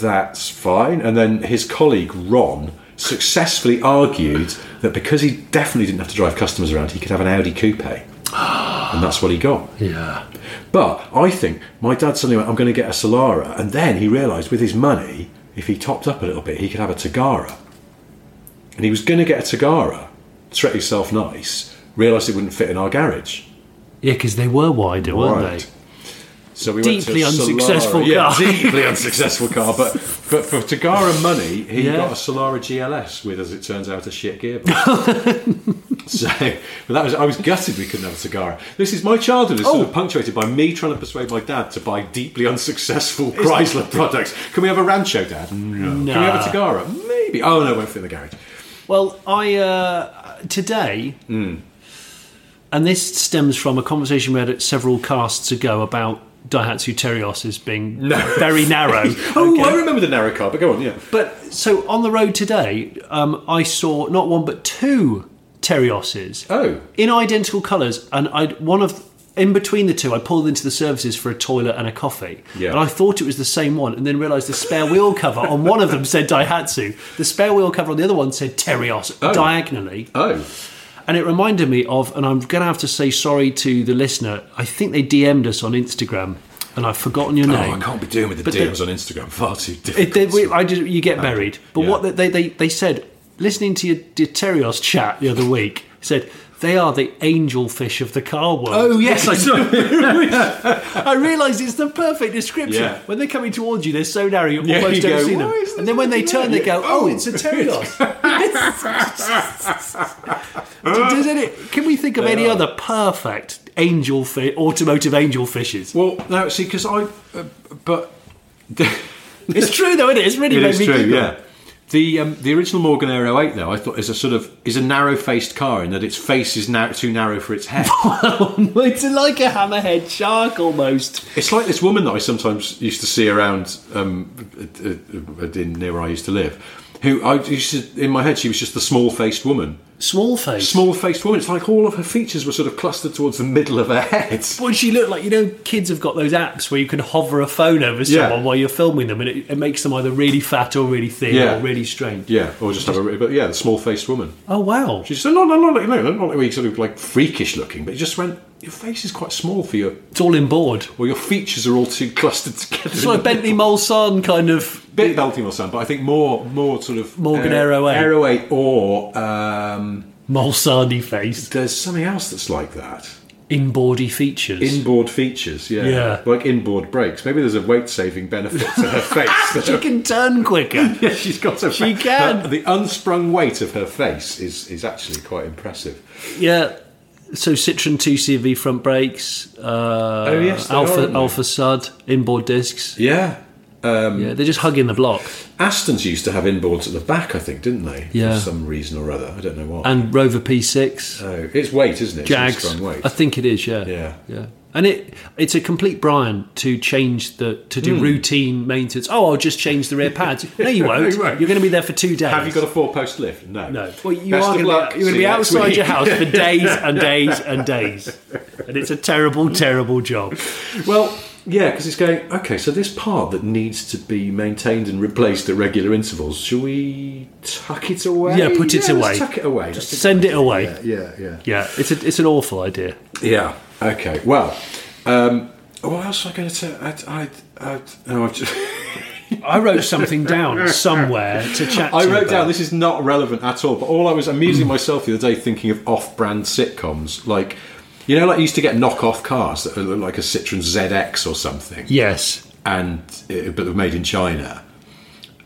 that's fine. And then his colleague Ron successfully argued that because he definitely didn't have to drive customers around, he could have an Audi coupe, <gasps> and that's what he got. yeah. But I think my dad suddenly went, I'm going to get a Solara. And then he realised with his money, if he topped up a little bit, he could have a Tagara. And he was going to get a Tagara, treat himself nice, realised it wouldn't fit in our garage. Yeah, because they were wider, weren't Right. they? So we Deeply went to a Solara- unsuccessful yeah, car. deeply unsuccessful car. <laughs> But but for Tagara money, he Yeah. got a Solara GLS with, as it turns out, a shit gearbox. <laughs> so, but that was I was gutted we couldn't have a Tagara. This is my childhood is sort Oh. of punctuated by me trying to persuade my dad to buy deeply unsuccessful Chrysler products. Can we have a Rancho, Dad? No. Can we have a Tagara? Maybe. Oh no, it won't fit in the garage. Well, I uh, today, Hmm. and this stems from a conversation we had at several casts ago about Daihatsu Terios as being <laughs> very narrow. Oh, Okay. I remember the narrow car. But go on, yeah. But so on the road today, um, I saw not one but two Terioses Oh, in identical colours, and I one of in between the two, I pulled into the services for a toilet and a coffee, Yeah. and I thought it was the same one, and then realised the spare wheel cover on one of them said Daihatsu, the spare wheel cover on the other one said Terios diagonally, oh, and it reminded me of, and I'm going to have to say sorry to the listener. I think they DM'd us on Instagram, and I've forgotten your oh! name. I can't be doing with the But the- DMs on Instagram. Far too difficult. It, they, we, I just, you get buried. But Yeah. what they, they, they, they said, listening to your, your Terios chat the other week, said they are the angel fish of the car world. Oh <laughs> yes, I saw. I realise it's the perfect description. Yeah. When they're coming towards you, they're so narrow you Yeah, almost you don't go, see them. "Why is And then when they this turn, they there?" go, "Oh, Oh, it's <laughs> a pterios." Does it? Can we think of any other perfect angel fi- automotive angel fishes? well, no, see, because I, uh, but It's true though, isn't it? It's really it made is me true. giggle. Yeah, the um, the original Morgan Aero Eight, though, I thought is a sort of is a narrow faced car in that its face is now too narrow for its head. <laughs> it's like a hammerhead shark almost. it's like this woman that I sometimes used to see around um, uh, uh, in near where I used to live. Who I used to, in my head, she was just the small faced woman. Small face. Small faced woman. It's like all of her features were sort of clustered towards the middle of her head. What she looked like, you know, kids have got those apps where you can hover a phone over Yeah. someone while you're filming them, and it, it makes them either really fat or really thin Yeah. or really strange. Yeah, or just have a, but yeah, the small faced woman. Oh wow! She said, "No, no, no, no, no, no, not really sort of like freakish looking, but it just went. Your face is quite small for your, It's all in board. or your features are all too clustered together. <laughs> It's like Bentley Molson kind of. bit Baltimore sound, but I think more, more sort of Morgan Aero 8. Aero Eight, or um, Molsani face, there's something else that's like that. inboardy features. Inboard features, yeah, Yeah. like inboard brakes. Maybe there's a weight saving benefit to <laughs> her face. she can turn quicker. <laughs> yeah, she's got a She can. the unsprung weight of her face is is actually quite impressive. yeah. So Citroen 2CV front brakes. Uh, Oh, yes, they are, Alpha aren't they? Alpha Sud inboard discs. Yeah, Um, yeah, they're just hugging the block. Aston's used to have inboards at the back, I think, didn't they? Yeah. For some reason or other. I don't know why. And Rover P6, so it's weight, isn't it? It's Jags. strong weight. I think it is. Yeah. Yeah. Yeah. And it it's a complete Brian to change the to Hmm. do routine maintenance. Oh, I'll just change <laughs> the rear pads. No, you won't. you won't. You're going to be there for two days. Have you got a four post lift? No. No. Well, you Best are of going luck. to be, you're going See to be you next outside week. your house for days <laughs> and days and days, and it's a terrible, terrible job. Well, yeah, because it's going, okay, so this part that needs to be maintained and replaced at regular intervals, shall we tuck it away? Yeah, put it away. Let's tuck it away. Just Let's- send it away. Yeah, yeah, yeah. Yeah, it's a, it's an awful idea. Yeah. Okay. Well, um, what else am I going to say? I, I, I, no, oh, I've just, <laughs> I wrote something down somewhere to chat. I to you wrote about. down this is not relevant at all, but all I was amusing Hmm. myself the other day thinking of off brand sitcoms. Like, you know, like you used to get knockoff cars that look like a Citroen ZX or something, Yes. and uh, but they're made in China.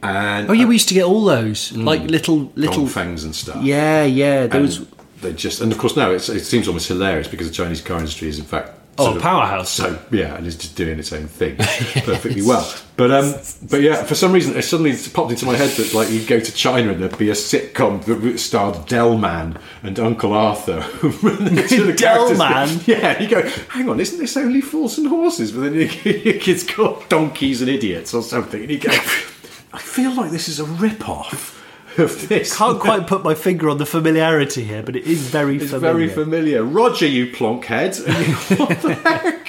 And Oh yeah, we used to get all those like little little. Dongfangs and stuff. Yeah, yeah. There And was they just and of course now it's, it seems almost hilarious because the Chinese car industry is in fact Oh, sort a of- powerhouse. So yeah, and it's just doing its own <laughs> thing <laughs> perfectly well. But um, but yeah, for some reason it suddenly popped into my head that like you'd go to China and there'd be a sitcom that starred Delman and Uncle Arthur. <laughs> And the sort of characters that- <laughs> Delman? Yeah, you go. Hang on, isn't this only fools and horses? But then <laughs> your your kid's called donkeys and idiots or something, and you go. I feel like this is a rip-off of this. can't quite put my finger on the familiarity here, but it is very It's very familiar. familiar. Roger, you plonkhead. <laughs> What the heck?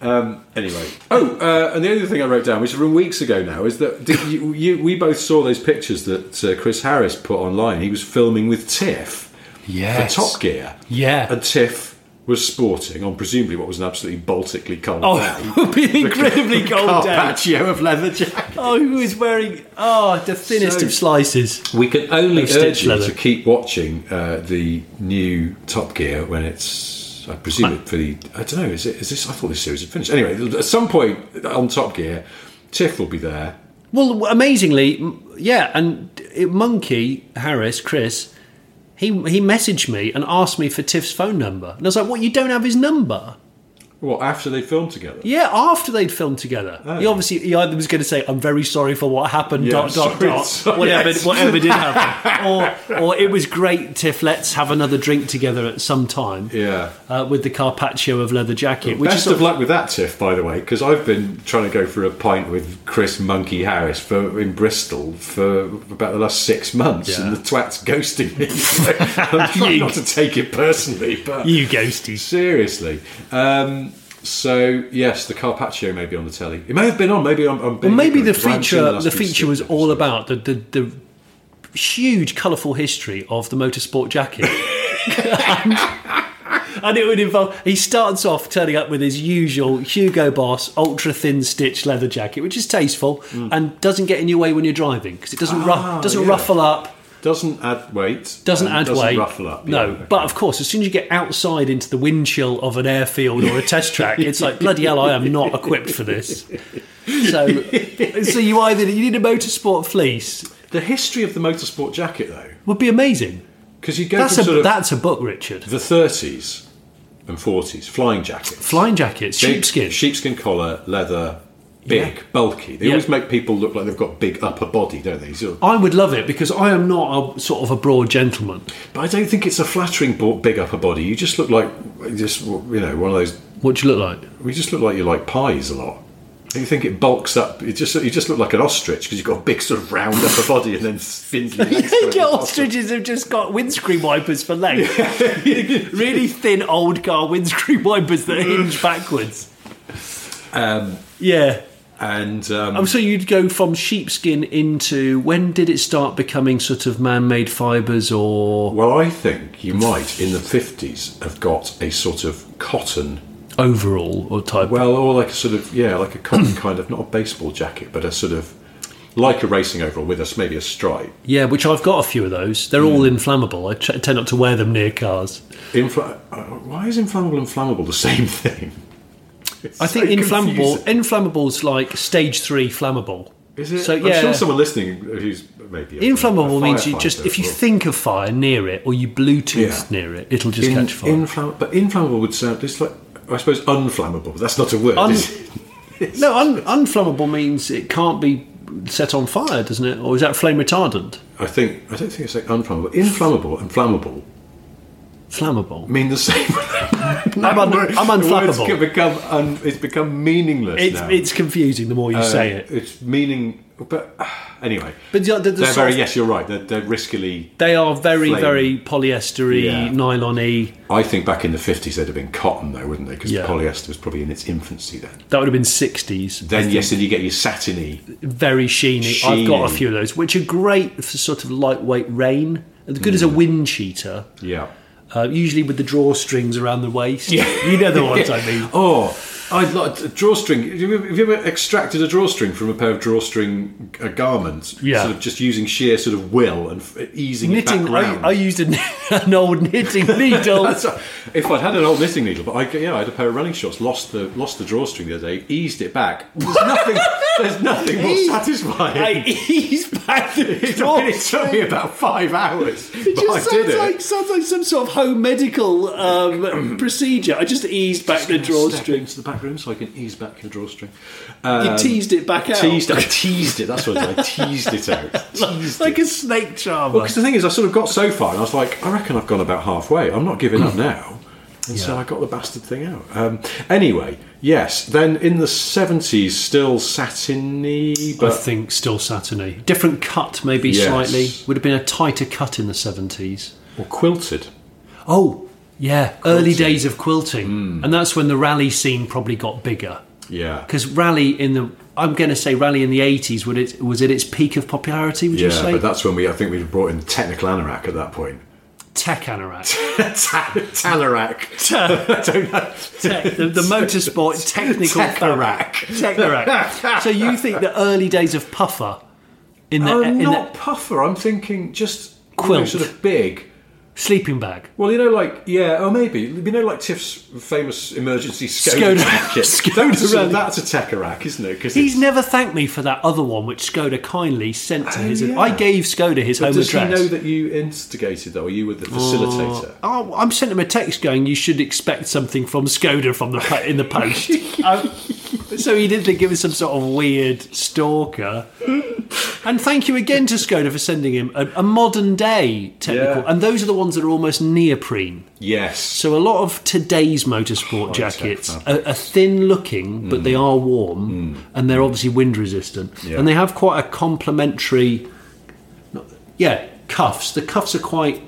Um, anyway, oh, uh, and the other thing I wrote down, which is from weeks ago now, is that did you, you, we both saw those pictures that uh, Chris Harris put online. He was filming with Tiff Yes. for Top Gear, Yeah. and Tiff was sporting on presumably what was an absolutely Baltically cold <laughs> Oh, day. it would be an <laughs> incredibly cold day. Carpaccio of leather jacket. Oh, who is wearing oh the thinnest So- of slices? We can only Of urge stitch you leather. to keep watching uh, the new Top Gear when it's. I presume it for the. I don't know. Is it? Is this? I thought this series had finished. Anyway, at some point on Top Gear, Tiff will be there. Well, amazingly, m- yeah. And it, Monkey Harris, Chris, he he messaged me and asked me for Tiff's phone number, and I was like, "What? You don't have his number?" Well, after they filmed together. Yeah, after they'd filmed together, he obviously he either was going to say, "I'm very sorry for what happened," Oh. Yeah, dot dot sorry, dot, sorry, whatever yes. whatever <laughs> did happen, or or it was great, Tiff. Let's have another drink together at some time. Yeah. Uh, with the Carpaccio of leather jacket, which is Best sort of of luck with that, Tiff. By the way, because I've been trying to go for a pint with Chris Monkey Harris for in Bristol for about the last six months, and Yeah. the twat's ghosting me. <laughs> So I'm trying <laughs> not to take it personally, but you ghosties. Seriously. Um, so yes, the Carpaccio may be on the telly. It may have been on. Maybe I'm. I'm Well, being maybe the ignorant, but I haven't seen feature last the few feature was sitcoms. all about the the, the huge, colourful history of the motorsport jacket. <laughs> and, and it would involve. He starts off turning up with his usual Hugo Boss ultra thin stitch leather jacket, which is tasteful and doesn't get in your way when you're driving because it doesn't Mm. Ah, rough, doesn't yeah. ruffle up. Doesn't add weight. Doesn't and add doesn't weight. Ruffle up. No, yeah, okay. but of course, as soon as you get outside into the wind chill of an airfield or a test track, it's like bloody hell, I am not equipped for this. So, so you either you need a motorsport fleece the history of the motorsport jacket, though, would be amazing. because you go That's from a sort of that's a book, Richard. the 30s and 40s, flying jacket, Flying jackets, Big sheepskin. sheepskin collar, leather, big, Yeah. bulky. They Yeah. always make people look like they've got big upper body, don't they? Sort of- I would love it because I am not a sort of a broad gentleman. But I don't think it's a flattering bo- big upper body. You just look like just you know one of those What do you look like? We just look like you like pies a lot. You think it bulks up? You just you just look like an ostrich because you've got a big sort of round upper body and then <laughs> spindly. legs going Your across them. ostriches have just got windscreen wipers <laughs> for legs. <laughs> really thin old car windscreen wipers <laughs> that hinge backwards. Um, Yeah. and um, Um, so you'd go from sheepskin into when did it start becoming sort of man-made fibres or well, I think you might in the fifties have got a sort of cotton. overall or type? Well, or like a sort of yeah, like a <clears throat> cotton kind of not a baseball jacket, but a sort of like a racing overall with us maybe a stripe. yeah, which I've got a few of those. They're all Hmm. inflammable. I t- tend not to wear them near cars. Infl- uh, why is inflammable and flammable the same thing? It's I think so inflammable. confusing. Inflammable's like stage three flammable. Is it? So I'm yeah, sure someone listening who's maybe a- inflammable a means you just firefighter if you will- think of fire near it or you Bluetooth Yeah. near it, it'll just In- catch fire. inflam- but inflammable would sound it's like I suppose unflammable. But that's not a word. Un- is it? no, un- unflammable means it can't be set on fire, doesn't it? Or is that flame retardant? I think I don't think it's like unflammable. Inflammable and flammable Flammable. mean the <laughs> same. I'm, un- <laughs> I'm Words can unflappable. become un- it's become meaningless It's, now. it's confusing the more you Uh, say it. It's meaning, but uh, anyway. But the- the- the they're very soft- yes. You're right. They're, they're riskily. They are very, Flame. very polyestery, Yeah. nylon-y. I think back in the fifties they'd have been cotton though, wouldn't they? Because Yeah. polyester was probably in its infancy then. That would have been 60s. I Then think. yes, and you get your satiny. Very sheeny. I've got a Sheeny. few of those, which are great for sort of lightweight rain. As good Hmm. as a wind cheater, Yeah. uh, usually with the drawstrings around the waist. You know <laughs> the ones I mean. Oh, I'd like a drawstring. Have you ever- have you ever extracted a drawstring from a pair of drawstring uh, garments? Yeah. Sort of just using sheer sort of will and f- easing it Knitting. back round. <laughs> I, I used an, <laughs> an old knitting needle. That's a- if I'd had an old knitting needle, but I, yeah, I had a pair of running shorts. Lost the lost the drawstring the other day. Eased it back. There's <laughs> nothing. there's nothing more satisfying. I <laughs> eased back the it took me- it took me about five hours, It but I just did sounds it. like, sounds like some sort of home medical um, <clears throat> procedure. I just eased back the drawstring. to the back room so I can ease back your drawstring. Um, You teased it back out. Teased, I teased it. That's what I, did. I teased it out. Teased <laughs> like it. a snake charmer. Well, because the thing is, I sort of got so far, and I was like, I reckon I've gone about halfway. I'm not giving up now. And so I got the bastard thing out. Um, anyway, yes. Then in the seventies, still satiny, I but think still satiny. Different cut, maybe Yes. slightly. Would have been a tighter cut in the 70s. or quilted. Oh, yeah. Early days of quilting. Hmm. And that's when the rally scene probably got bigger. Yeah. Because rally in the. I'm going to say rally in the 80s would it, was at its peak of popularity, would you Yeah, say? but that's when we. I think we brought in technical anorak at that point. <laughs> Tech anorak. Ta- <laughs> Talarak. <laughs> I don't know. Tech, the, the motorsport <laughs> technical Technorack. Technorack. so you think the early days of puffer in the, I'm in Oh, not the puffer. I'm thinking just you know, Quilt. sort of big. sleeping bag Well, you know, like yeah, or maybe you know, like Tiff's famous emergency Skoda, Skoda- <laughs> jacket. Skoda That's, sort of- rally. that's a Tesseract, isn't it? Because He's never thanked me for that other one, which Skoda kindly sent to Oh, his. yeah. I gave Skoda his home Does address. he know that you instigated that, or you were the facilitator? Oh, I'm sending him a text going, "You should expect something from Skoda from the po- in the <laughs> post." Um, so he didn't think it was some sort of weird stalker. And thank you again to Skoda for sending him a, a modern day technical. Yeah. And those are the ones that are almost neoprene. yes. So a lot of today's motorsport High-tech jackets fabric. are, are thin looking, but they are warm and they're obviously wind resistant. Mm. Yeah. And they have quite a complementary, not- yeah, cuffs. The cuffs are quite,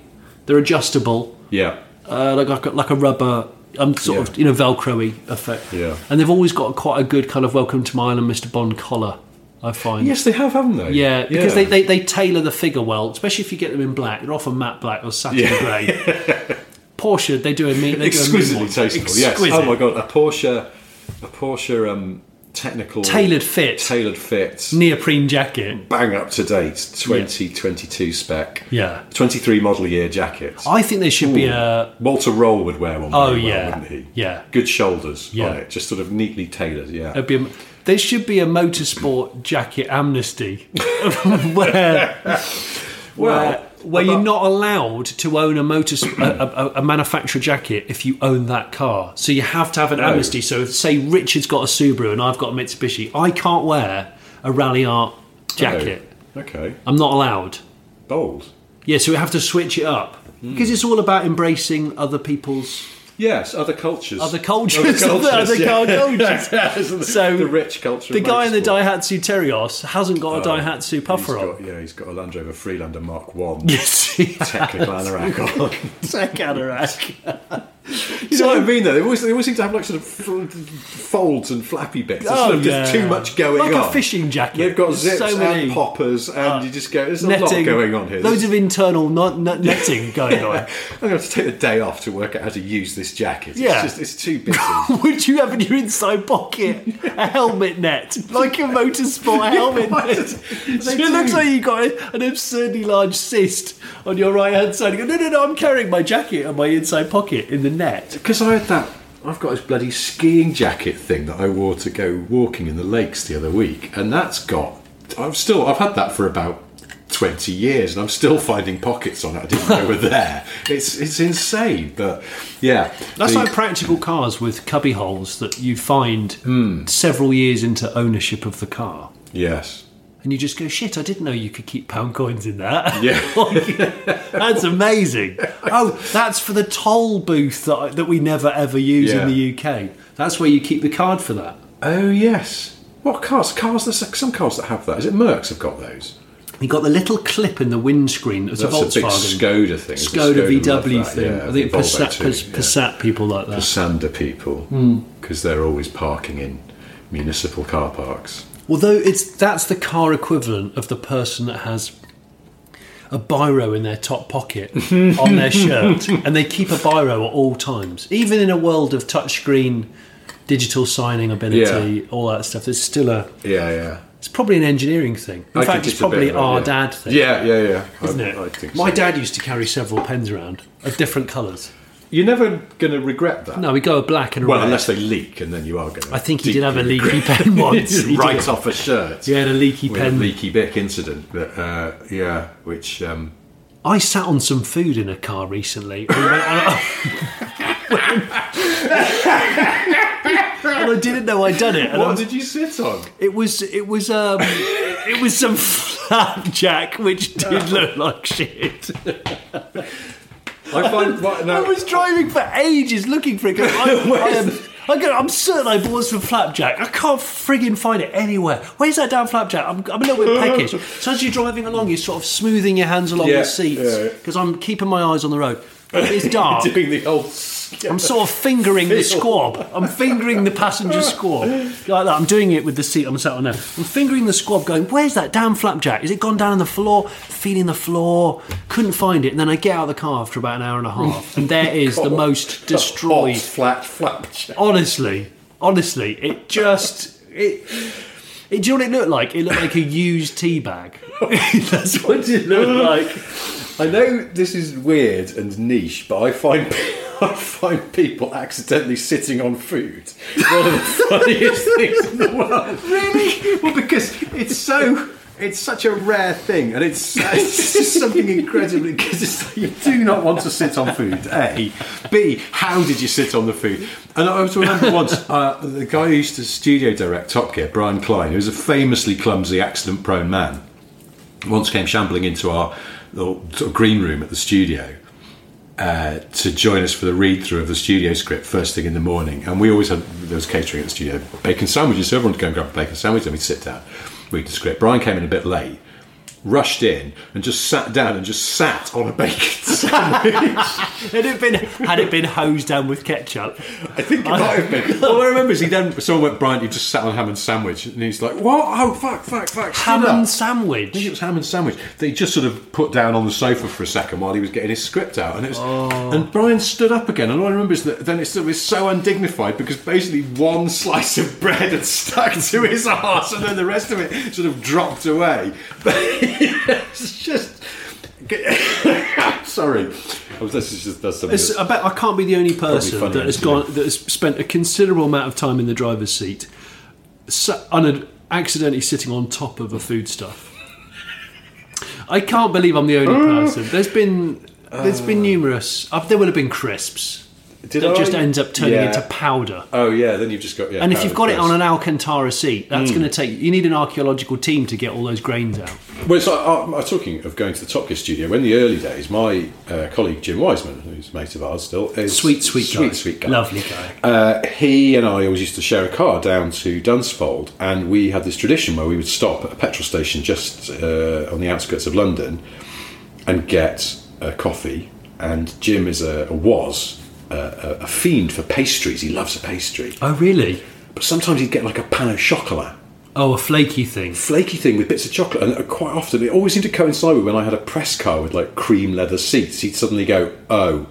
they're adjustable, yeah. uh, like like a, like a rubber. Um, sort Yeah. of you know velcro-y effect. Yeah. And they've always got quite a good kind of welcome to my island, Mr. Bond collar. I find. Yes, they have, haven't they? Yeah, because They, they, they tailor the figure well, especially if you get them in black. They're often matte black or satin Yeah. grey. <laughs> Porsche, they do a mean, they exquisitely do a mean one. tasteful. Exquisite. Yes. Oh my god, a Porsche, a Porsche um, technical Tailored fit. tailored fit, neoprene jacket. bang up to date, twenty twenty two spec. Yeah. Twenty three model year jacket. I think there should be a Walter Roll would wear one. Oh, very well, yeah. wouldn't he? Yeah. good shoulders Yeah. on it, just sort of neatly tailored. Yeah, There'd be a- there should be a motorsport jacket amnesty <laughs> where, where, where you're not allowed to own a motor a, a, a manufacturer jacket if you own that car. So you have to have an amnesty. So if, say Richard's got a Subaru and I've got a Mitsubishi, I can't wear a rally art jacket. Oh, okay, I'm not allowed. bold. Yeah, so we have to switch it up because it's all about embracing other people's Yes, other cultures. Other cultures, <laughs> other <laughs> car <laughs> cultures. so So, the rich culture. the of guy in the motorsport. Oh, Daihatsu Terios hasn't got a Daihatsu He's puffer got, on. <laughs> yeah, he's got a Land Rover Freelander Mark One. <laughs> Yes, he has. <laughs> Technical anorak on. Tech anorak. You know what I mean, though. They always, they always seem to have like sort of f- folds and flappy bits. There's Oh, sort of just yeah. too much going Like on. a fishing jacket. They've got There's zips so many- and poppers, and you just go. There's a lot Netting. going on here. Loads of internal not, net- netting going <laughs> on. <laughs> I'm going to have to take the day off to work out how to use this jacket. Yeah. It's, just, it's too <laughs> busy. Would you have in your inside pocket a <laughs> helmet net, like a motorsport helmet Why net? does- So they it looks do. like you got a- an absurdly large cyst on your right hand side. You go, no, no, no, I'm carrying my jacket and my inside pocket in the net. Because I had that. I've got this bloody skiing jacket thing that I wore to go walking in the lakes the other week, and that's got. I've still. I've had that for about twenty years, and I'm still finding pockets on it. I didn't know were there. It's it's insane, but yeah. That's the- like practical cars with cubby Hmm. holes that you find several years into ownership of the car. yes. and you just go, shit, I didn't know you could keep pound coins in that. <laughs> Yeah. Like, that's amazing. Oh, that's for the toll booth that, I, that we never ever use Yeah. in the UK. That's where you keep the card for that. Oh yes. What cars? Cars. There's some cars that have that. Is it Mercs have got those? You got the little clip in the windscreen. It's That's a a big Volkswagen. Skoda thing, isn't it? Skoda, Skoda VW love that, thing. yeah. I think Volvo Passat, too, Pas- yeah. Passat people like that. The Sander people, Hmm. because they're always parking in municipal car parks. Although it's that's the car equivalent of the person that has a biro in their <laughs> top pocket on their shirt, and they keep a biro at all times, even in a world of touchscreen, digital signing ability, all that stuff. There's still a. Yeah, yeah. It's probably an engineering thing. In I think fact, it's, a probably bit of a- our yeah. dad thing. Yeah, yeah, yeah. Isn't I, it? I think My so. dad used to carry several pens around of different colours. You're never going to regret that. No, we go a black and a Well, red. unless they leak, and then you are going. to I <laughs> think he did have a leaky pen once. He did. right off a shirt. He had a leaky with pen. A leaky bick incident. But, uh, yeah, which um, I sat on some food in a car recently. We went on a- and I didn't know I'd done it. And I what was- did you sit on? it was it was um it was some <laughs> flapjack which did look like shit. <laughs> I find what, I no, was driving for ages looking for it. going, <laughs> I, I am, I go, I'm certain I bought some flapjack. I can't frigging find it anywhere. Where's that damn flapjack? I'm, I'm a little bit peckish. So as you're driving along, you're sort of smoothing your hands along Yeah, the seats yeah. because I'm keeping my eyes on the road. It's dark. doing the old. I'm sort of fingering the squab. I'm fingering the passenger squab. Like that. I'm doing it with the seat I'm sat on now. I'm fingering the squab, going, Where's that damn flapjack? Is it gone down on the floor? Feeling the floor. Couldn't find it. And then I get out of the car after about an hour and a half. And there is the most hot, destroyed. flat flapjack. Honestly, honestly, it just. It, it, do you know what it looked like? It looked like a used tea bag. <laughs> That's what it looked like. I know this is weird and niche, but I find <laughs> I find people accidentally sitting on food one of the <laughs> funniest things in the world. Really? Well, because it's so. It's such a rare thing, and it's, <laughs> it's just something incredibly <laughs> because it's like you do not want to sit on food. A, B. How did you sit on the food? And I also remember once uh, the guy who used to studio direct Top Gear, Brian Klein, who was a famously clumsy, accident-prone man once came shambling into our little sort of green room at the studio uh, to join us for the read through of the studio script first thing in the morning. And we always had there was catering at the studio, bacon sandwiches, so everyone would go and grab a bacon sandwich, and we'd sit down, read the script. Brian came in a bit late. Rushed in and just sat down and just sat on a bacon <laughs> sandwich. Had it been, had it been hosed down with ketchup? I think it might have been. All I remember is he then someone went, Brian, you just sat on a ham and sandwich, and he's like, What? Oh fuck, fuck, fuck. stood Ham up." and I think it sandwich. was ham and sandwich. They just sort of put down on the sofa for a second while he was getting his script out, and it was, Oh. and Brian stood up again. And all I remember is that then it's- it was so undignified because basically one <laughs> slice of bread had stuck to his arse, and then the rest of it sort of dropped away. <laughs> But it's just. <laughs> Sorry, Oh, this is just that's something It's, uh, that's- I bet I can't be the only person funny, that has actually. gone that has spent a considerable amount of time in the driver's seat, sa- un- accidentally sitting on top of a foodstuff. I can't believe I'm the only Uh. person. There's been there's been numerous. Uh, there would have been crisps Did that I- just ends up turning Yeah. into powder. Oh yeah, then you've just got yeah. Hmm. And if you've got it on an. an Alcantara seat, that's going to take. You need an archaeological team to get all those grains out. Well, it's like, I, I'm talking of going to the Top Gear studio. In the early days, my uh, colleague Jim Wiseman, who's a mate of ours still, is Sweet, sweet, sweet, guy. sweet guy. lovely guy. Uh, he and I always used to share a car down to Dunsfold, and we had this tradition where we would stop at a petrol station just uh, on the outskirts of London and get a coffee. And Jim is a, a was a, a, a fiend for pastries. He loves a pastry, oh really? but sometimes he'd get like a pan au chocolat Oh, a flaky thing. flaky thing with bits of chocolate, and uh, quite often it always seemed to coincide with when I had a press car with like cream leather seats. He'd suddenly go, "Oh,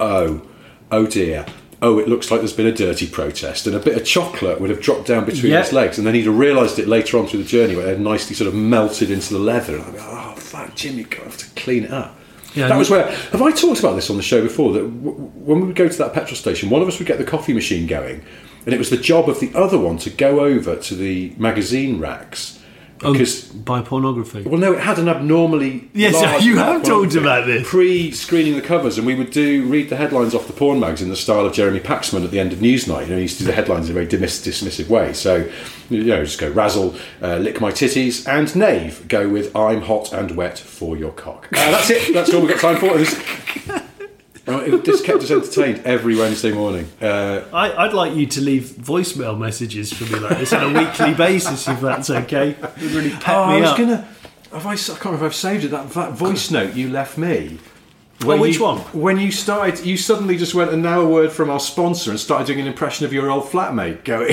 oh, oh dear." Oh, it looks like there's been a dirty protest, and a bit of chocolate would have dropped down between Yeah. his legs, and then he'd have realised it later on through the journey where it had nicely sort of melted into the leather. And I'd go, "Oh, fuck, Jim, you're going to have to clean it up." Yeah, that and- was where. Have I talked about this on the show before? That w- w- when we would go to that petrol station, one of us would get the coffee machine going, and it was the job of the other one to go over to the magazine racks Because- oh, by pornography. Well, no, it had an abnormally. Yes, <laughs> large you amount have of told pornography. about this. Pre-screening the covers, and we would do read the headlines off the porn mags in the style of Jeremy Paxman at the end of Newsnight. You know, he used to do the headlines in a very dismiss- dismissive way. So, you know, just go razzle, uh, lick my titties, and knave. Go with I'm hot and wet for your cock. Uh, that's it. That's all we've got time for. It was- <laughs> Oh, it just kept us entertained every Wednesday morning. Uh, I, I'd like you to leave voicemail messages for me like this on a weekly basis, if that's okay. It would really pep oh, me I was up. gonna. Have I, s- I can't remember if I've saved it. That, that voice note you left me. Well, Oh, which you- one? When you started, you suddenly just went, and now a word from our sponsor, and started doing an impression of your old flatmate. <laughs> Going,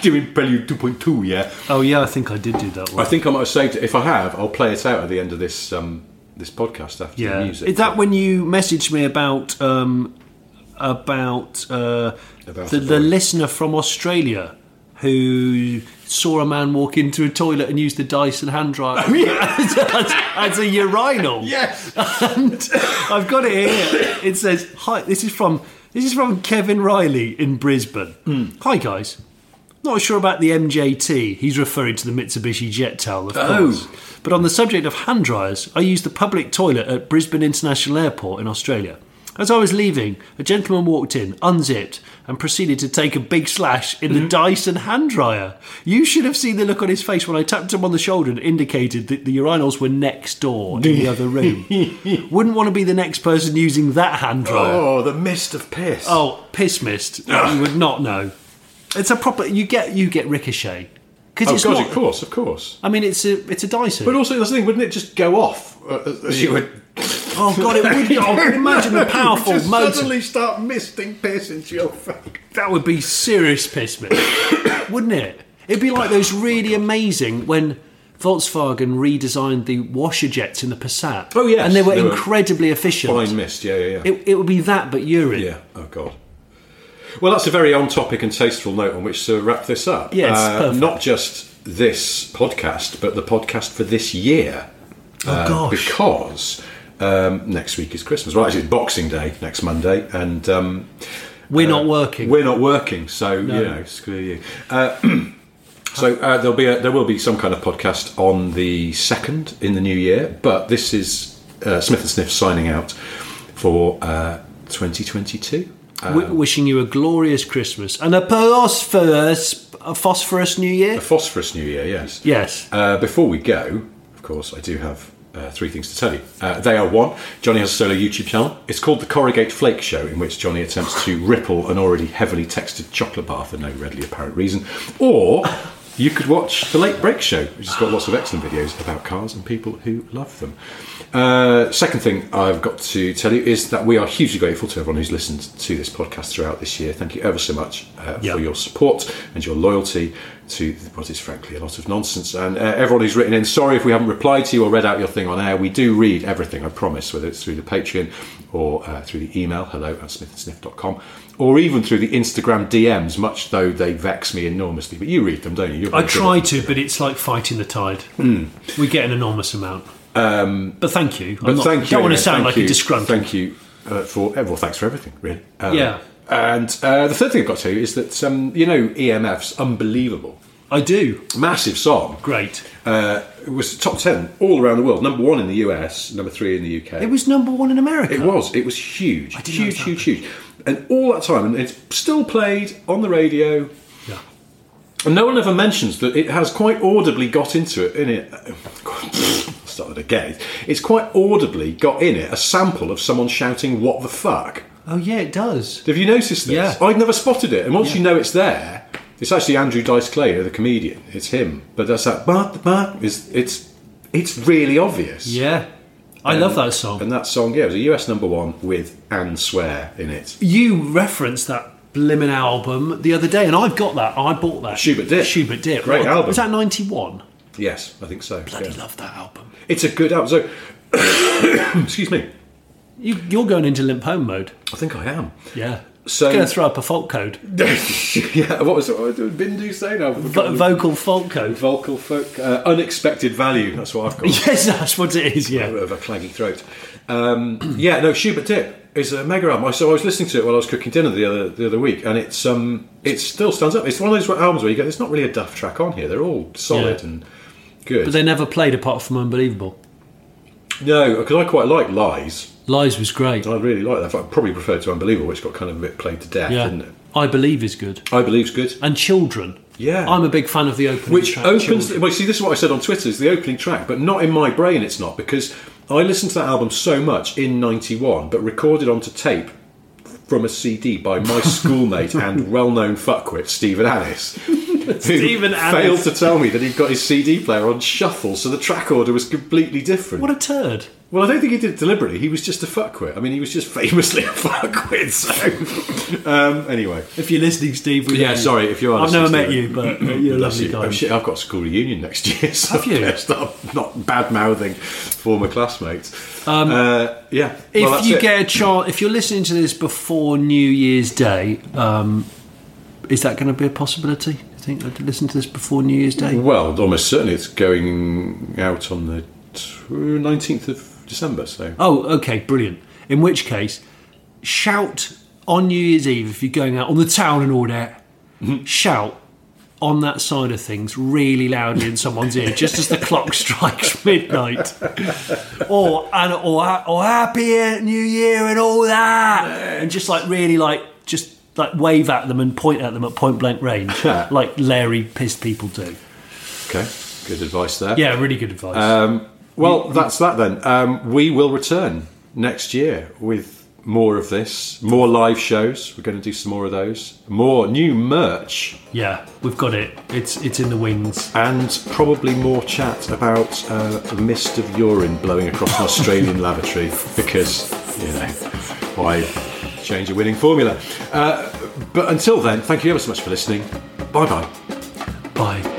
doing Prelude 2.2, yeah? Oh yeah, I think I did do that I one. think I might have saved it. If I have, I'll play it out at the end of this um, this podcast after the Yeah, music. is that when you messaged me about um, about, uh, About the, the the boy. listener from Australia who saw a man walk into a toilet and use the Dyson hand dryer <laughs> as, a- as a urinal? Oh, Yes! and I've got it here. It says, "Hi, this is from this is from Kevin Riley in Brisbane. Hmm. Hi guys, not sure about the MJT. He's referring to the Mitsubishi Jet Towel, of Oh. course. But on the subject of hand dryers, I used the public toilet at Brisbane International Airport in Australia." As I was leaving, a gentleman walked in, unzipped, and proceeded to take a big slash in Mm-hmm. the Dyson hand dryer. You should have seen the look on his face when I tapped him on the shoulder and indicated that the urinals were next door <laughs> in the other room. Wouldn't want to be the next person using that hand dryer. Oh, Oh, the mist of piss. <laughs> piss mist. you would not know. It's a proper. You get you get ricochet because Oh, it's God, not. of course, of course. I mean, it's a it's a Dyson. But also, that's the thing, wouldn't it just go off uh, as you <laughs> would. oh god, it would. Oh, <laughs> imagine the powerful Just motor. suddenly start misting piss into your face. That would be serious piss mist, <coughs> wouldn't it? It'd be like those Oh really amazing when. Volkswagen redesigned the washer jets in the Passat. Oh, yes. and they were They were incredibly efficient. Fine mist, yeah, yeah, yeah. It, it would be that, but urine. yeah, oh god. Well, that's a very on topic and tasteful note on which to wrap this up. Uh, Yes, perfect. Not just this podcast, but the podcast for this year. Uh, Oh gosh. Because um, next week is Christmas. Well, actually, it's Boxing Day next Monday, and um, We're not working. We're not working, so you know, screw you. Uh, <clears throat> so uh, there'll be a, there will be some kind of podcast on the second in the new year, but this is uh, Smith and Sniff signing out for uh, 2022. Wi Um, wishing you a glorious Christmas and a phosphorus, a phosphorus New Year. A phosphorus new year, yes. Yes. Uh, before we go, of course, I do have uh, three things to tell you. Uh, they are one, Johnny has a solo YouTube channel. It's called The Corrugate Flake Show, in which Johnny attempts to ripple an already heavily textured chocolate bar for no readily apparent reason. Or you could watch The Late Break Show, which has got lots of excellent videos about cars and people who love them. Uh, second thing I've got to tell you is that we are hugely grateful to everyone who's listened to this podcast throughout this year. Thank you ever so much uh, Yeah. for your support and your loyalty to what is frankly a lot of nonsense. And uh, everyone who's written in, sorry if we haven't replied to you or read out your thing on air. We do read everything, I promise, whether it's through the Patreon or uh, through the email, hello at smithandsniff.com, or even through the Instagram DMs, much though they vex me enormously. But you read them, don't you? You're I very good try at- to, but it's like fighting the tide. Hmm. We get an enormous amount. Um, but thank you. But I'm not, thank you. Don't want anyway, to thank sound like you, a disgruntled. Thank you uh, for well, thanks for everything, really. Um, Yeah. And uh, the third thing I've got to tell you is that um, you know EMF's unbelievable, I do. massive song. Great. Uh, it was top ten all around the world. Number one in the US, number three in the UK. It was number one in America. It was. It was huge, didn't huge, know it was huge, huge. And all that time, and it's still played on the radio. Yeah. And no one ever mentions that it has quite audibly got into it, in it. <laughs> I'll start that again. It's quite audibly got in it a sample of someone shouting, What the fuck? Oh yeah, it does. Have you noticed this? Yeah. I'd never spotted it. And once you know it's there, it's actually Andrew Dice Clay, the comedian. It's him. But that's that, but, but, it's, it's, it's really obvious. Yeah. I love that song. Um, And that song, yeah, it was a US number one with Anne Swear in it. You referenced that blimmin' album the other day, and I've got that. I bought that. Schubert Dip. Schubert Dip. Great What- album. Was that 91? Yes, I think so. Bloody yeah. love that album. It's a good album. So, <coughs> excuse me. You, you're going into limp home mode. I think I am. Yeah. So- going to throw up a fault code. <laughs> yeah, what was, what was Bindu saying? I've Vo- forgotten. vocal fault code. vocal folk, uh, unexpected value. That's what I've <laughs> got. Yes, <laughs> that's what it is. Bit Yeah. of a claggy throat. Um, yeah, no, Schubert Dip is a mega album. I- So I was listening to it while I was cooking dinner the other the other week, and it's um, it still stands up. It's one of those albums where you go, "There's not really a duff track on here. They're all solid Yeah. and Good. But they never played apart from Unbelievable. no, because I quite like Lies. Lies was great. I really like that. I probably prefer to Unbelievable, which got kind of a bit played to death, didn't Yeah. it? I Believe is good. I Believe's good. And Children. Yeah. I'm a big fan of the opening Which track, opens. Children. Well, see, this is what I said on Twitter: is the opening track, but not in my brain. It's not because I listened to that album so much in '91, but recorded onto tape from a CD by <laughs> my schoolmate and well-known fuckwit Stephen Annis. <laughs> who Stephen Annis. failed to tell me that he'd got his CD player on shuffle, so the track order was completely different. What a turd. well, I don't think he did it deliberately. He was just a fuckwit. I mean, he was just <laughs> famously a fuckwit. So, um, anyway, If you're listening, Steve, we Yeah, love you. sorry, if you are I've never listening, met Steve. you, but uh, you're a Bless lovely you. guy. Oh, shit, I've got a school reunion next year, <laughs> so Have you? I'm gonna stop not bad mouthing former classmates. uh, yeah. Um, If Well, that's you it. get a chance, if you're listening to this before New Year's Day, um, is that going to be a possibility? You think I'd listen to this before New Year's Day? well, almost certainly it's going out on the nineteenth of December. So Oh, okay, brilliant. In which case, shout on New Year's Eve if you're going out on the town and all that. Shout on that side of things really loudly in someone's ear just as the clock <laughs> strikes midnight. Or and or, ha- or happy New Year and all that, and just like really like just like wave at them and point at them at point blank range, like Larry pissed people do. okay, good advice there. Yeah, really good advice. Well, that's that then. Um, we will return next year with more of this, more live shows. We're going to do some more of those, more new merch. yeah, we've got it. It's it's in the wings. and probably more chat about uh, a mist of urine blowing across an Australian <laughs> lavatory because, you know, why change a winning formula? Uh, but until then, thank you ever so much for listening. Bye bye. Bye.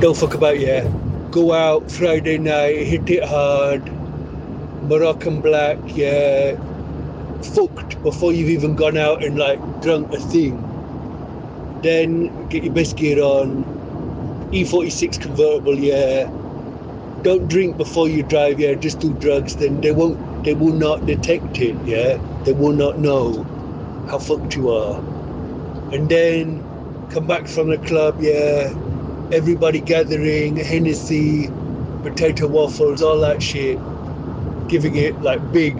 Don't fuck about yeah. Go out Friday night, hit it hard. Moroccan black, yeah. Fucked before you've even gone out and like drunk a thing. Then get your best gear on. E46 convertible, yeah. Don't drink before you drive, yeah. Just do drugs, then they won't, they will not detect it, yeah. They will not know how fucked you are. And then come back from the club, yeah everybody gathering, Hennessy, potato waffles, all that shit, giving it like big,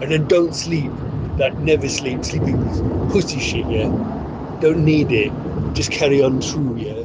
and then don't sleep. Like never sleep. Sleeping is pussy shit, yeah. Don't need it. Just carry on through, yeah.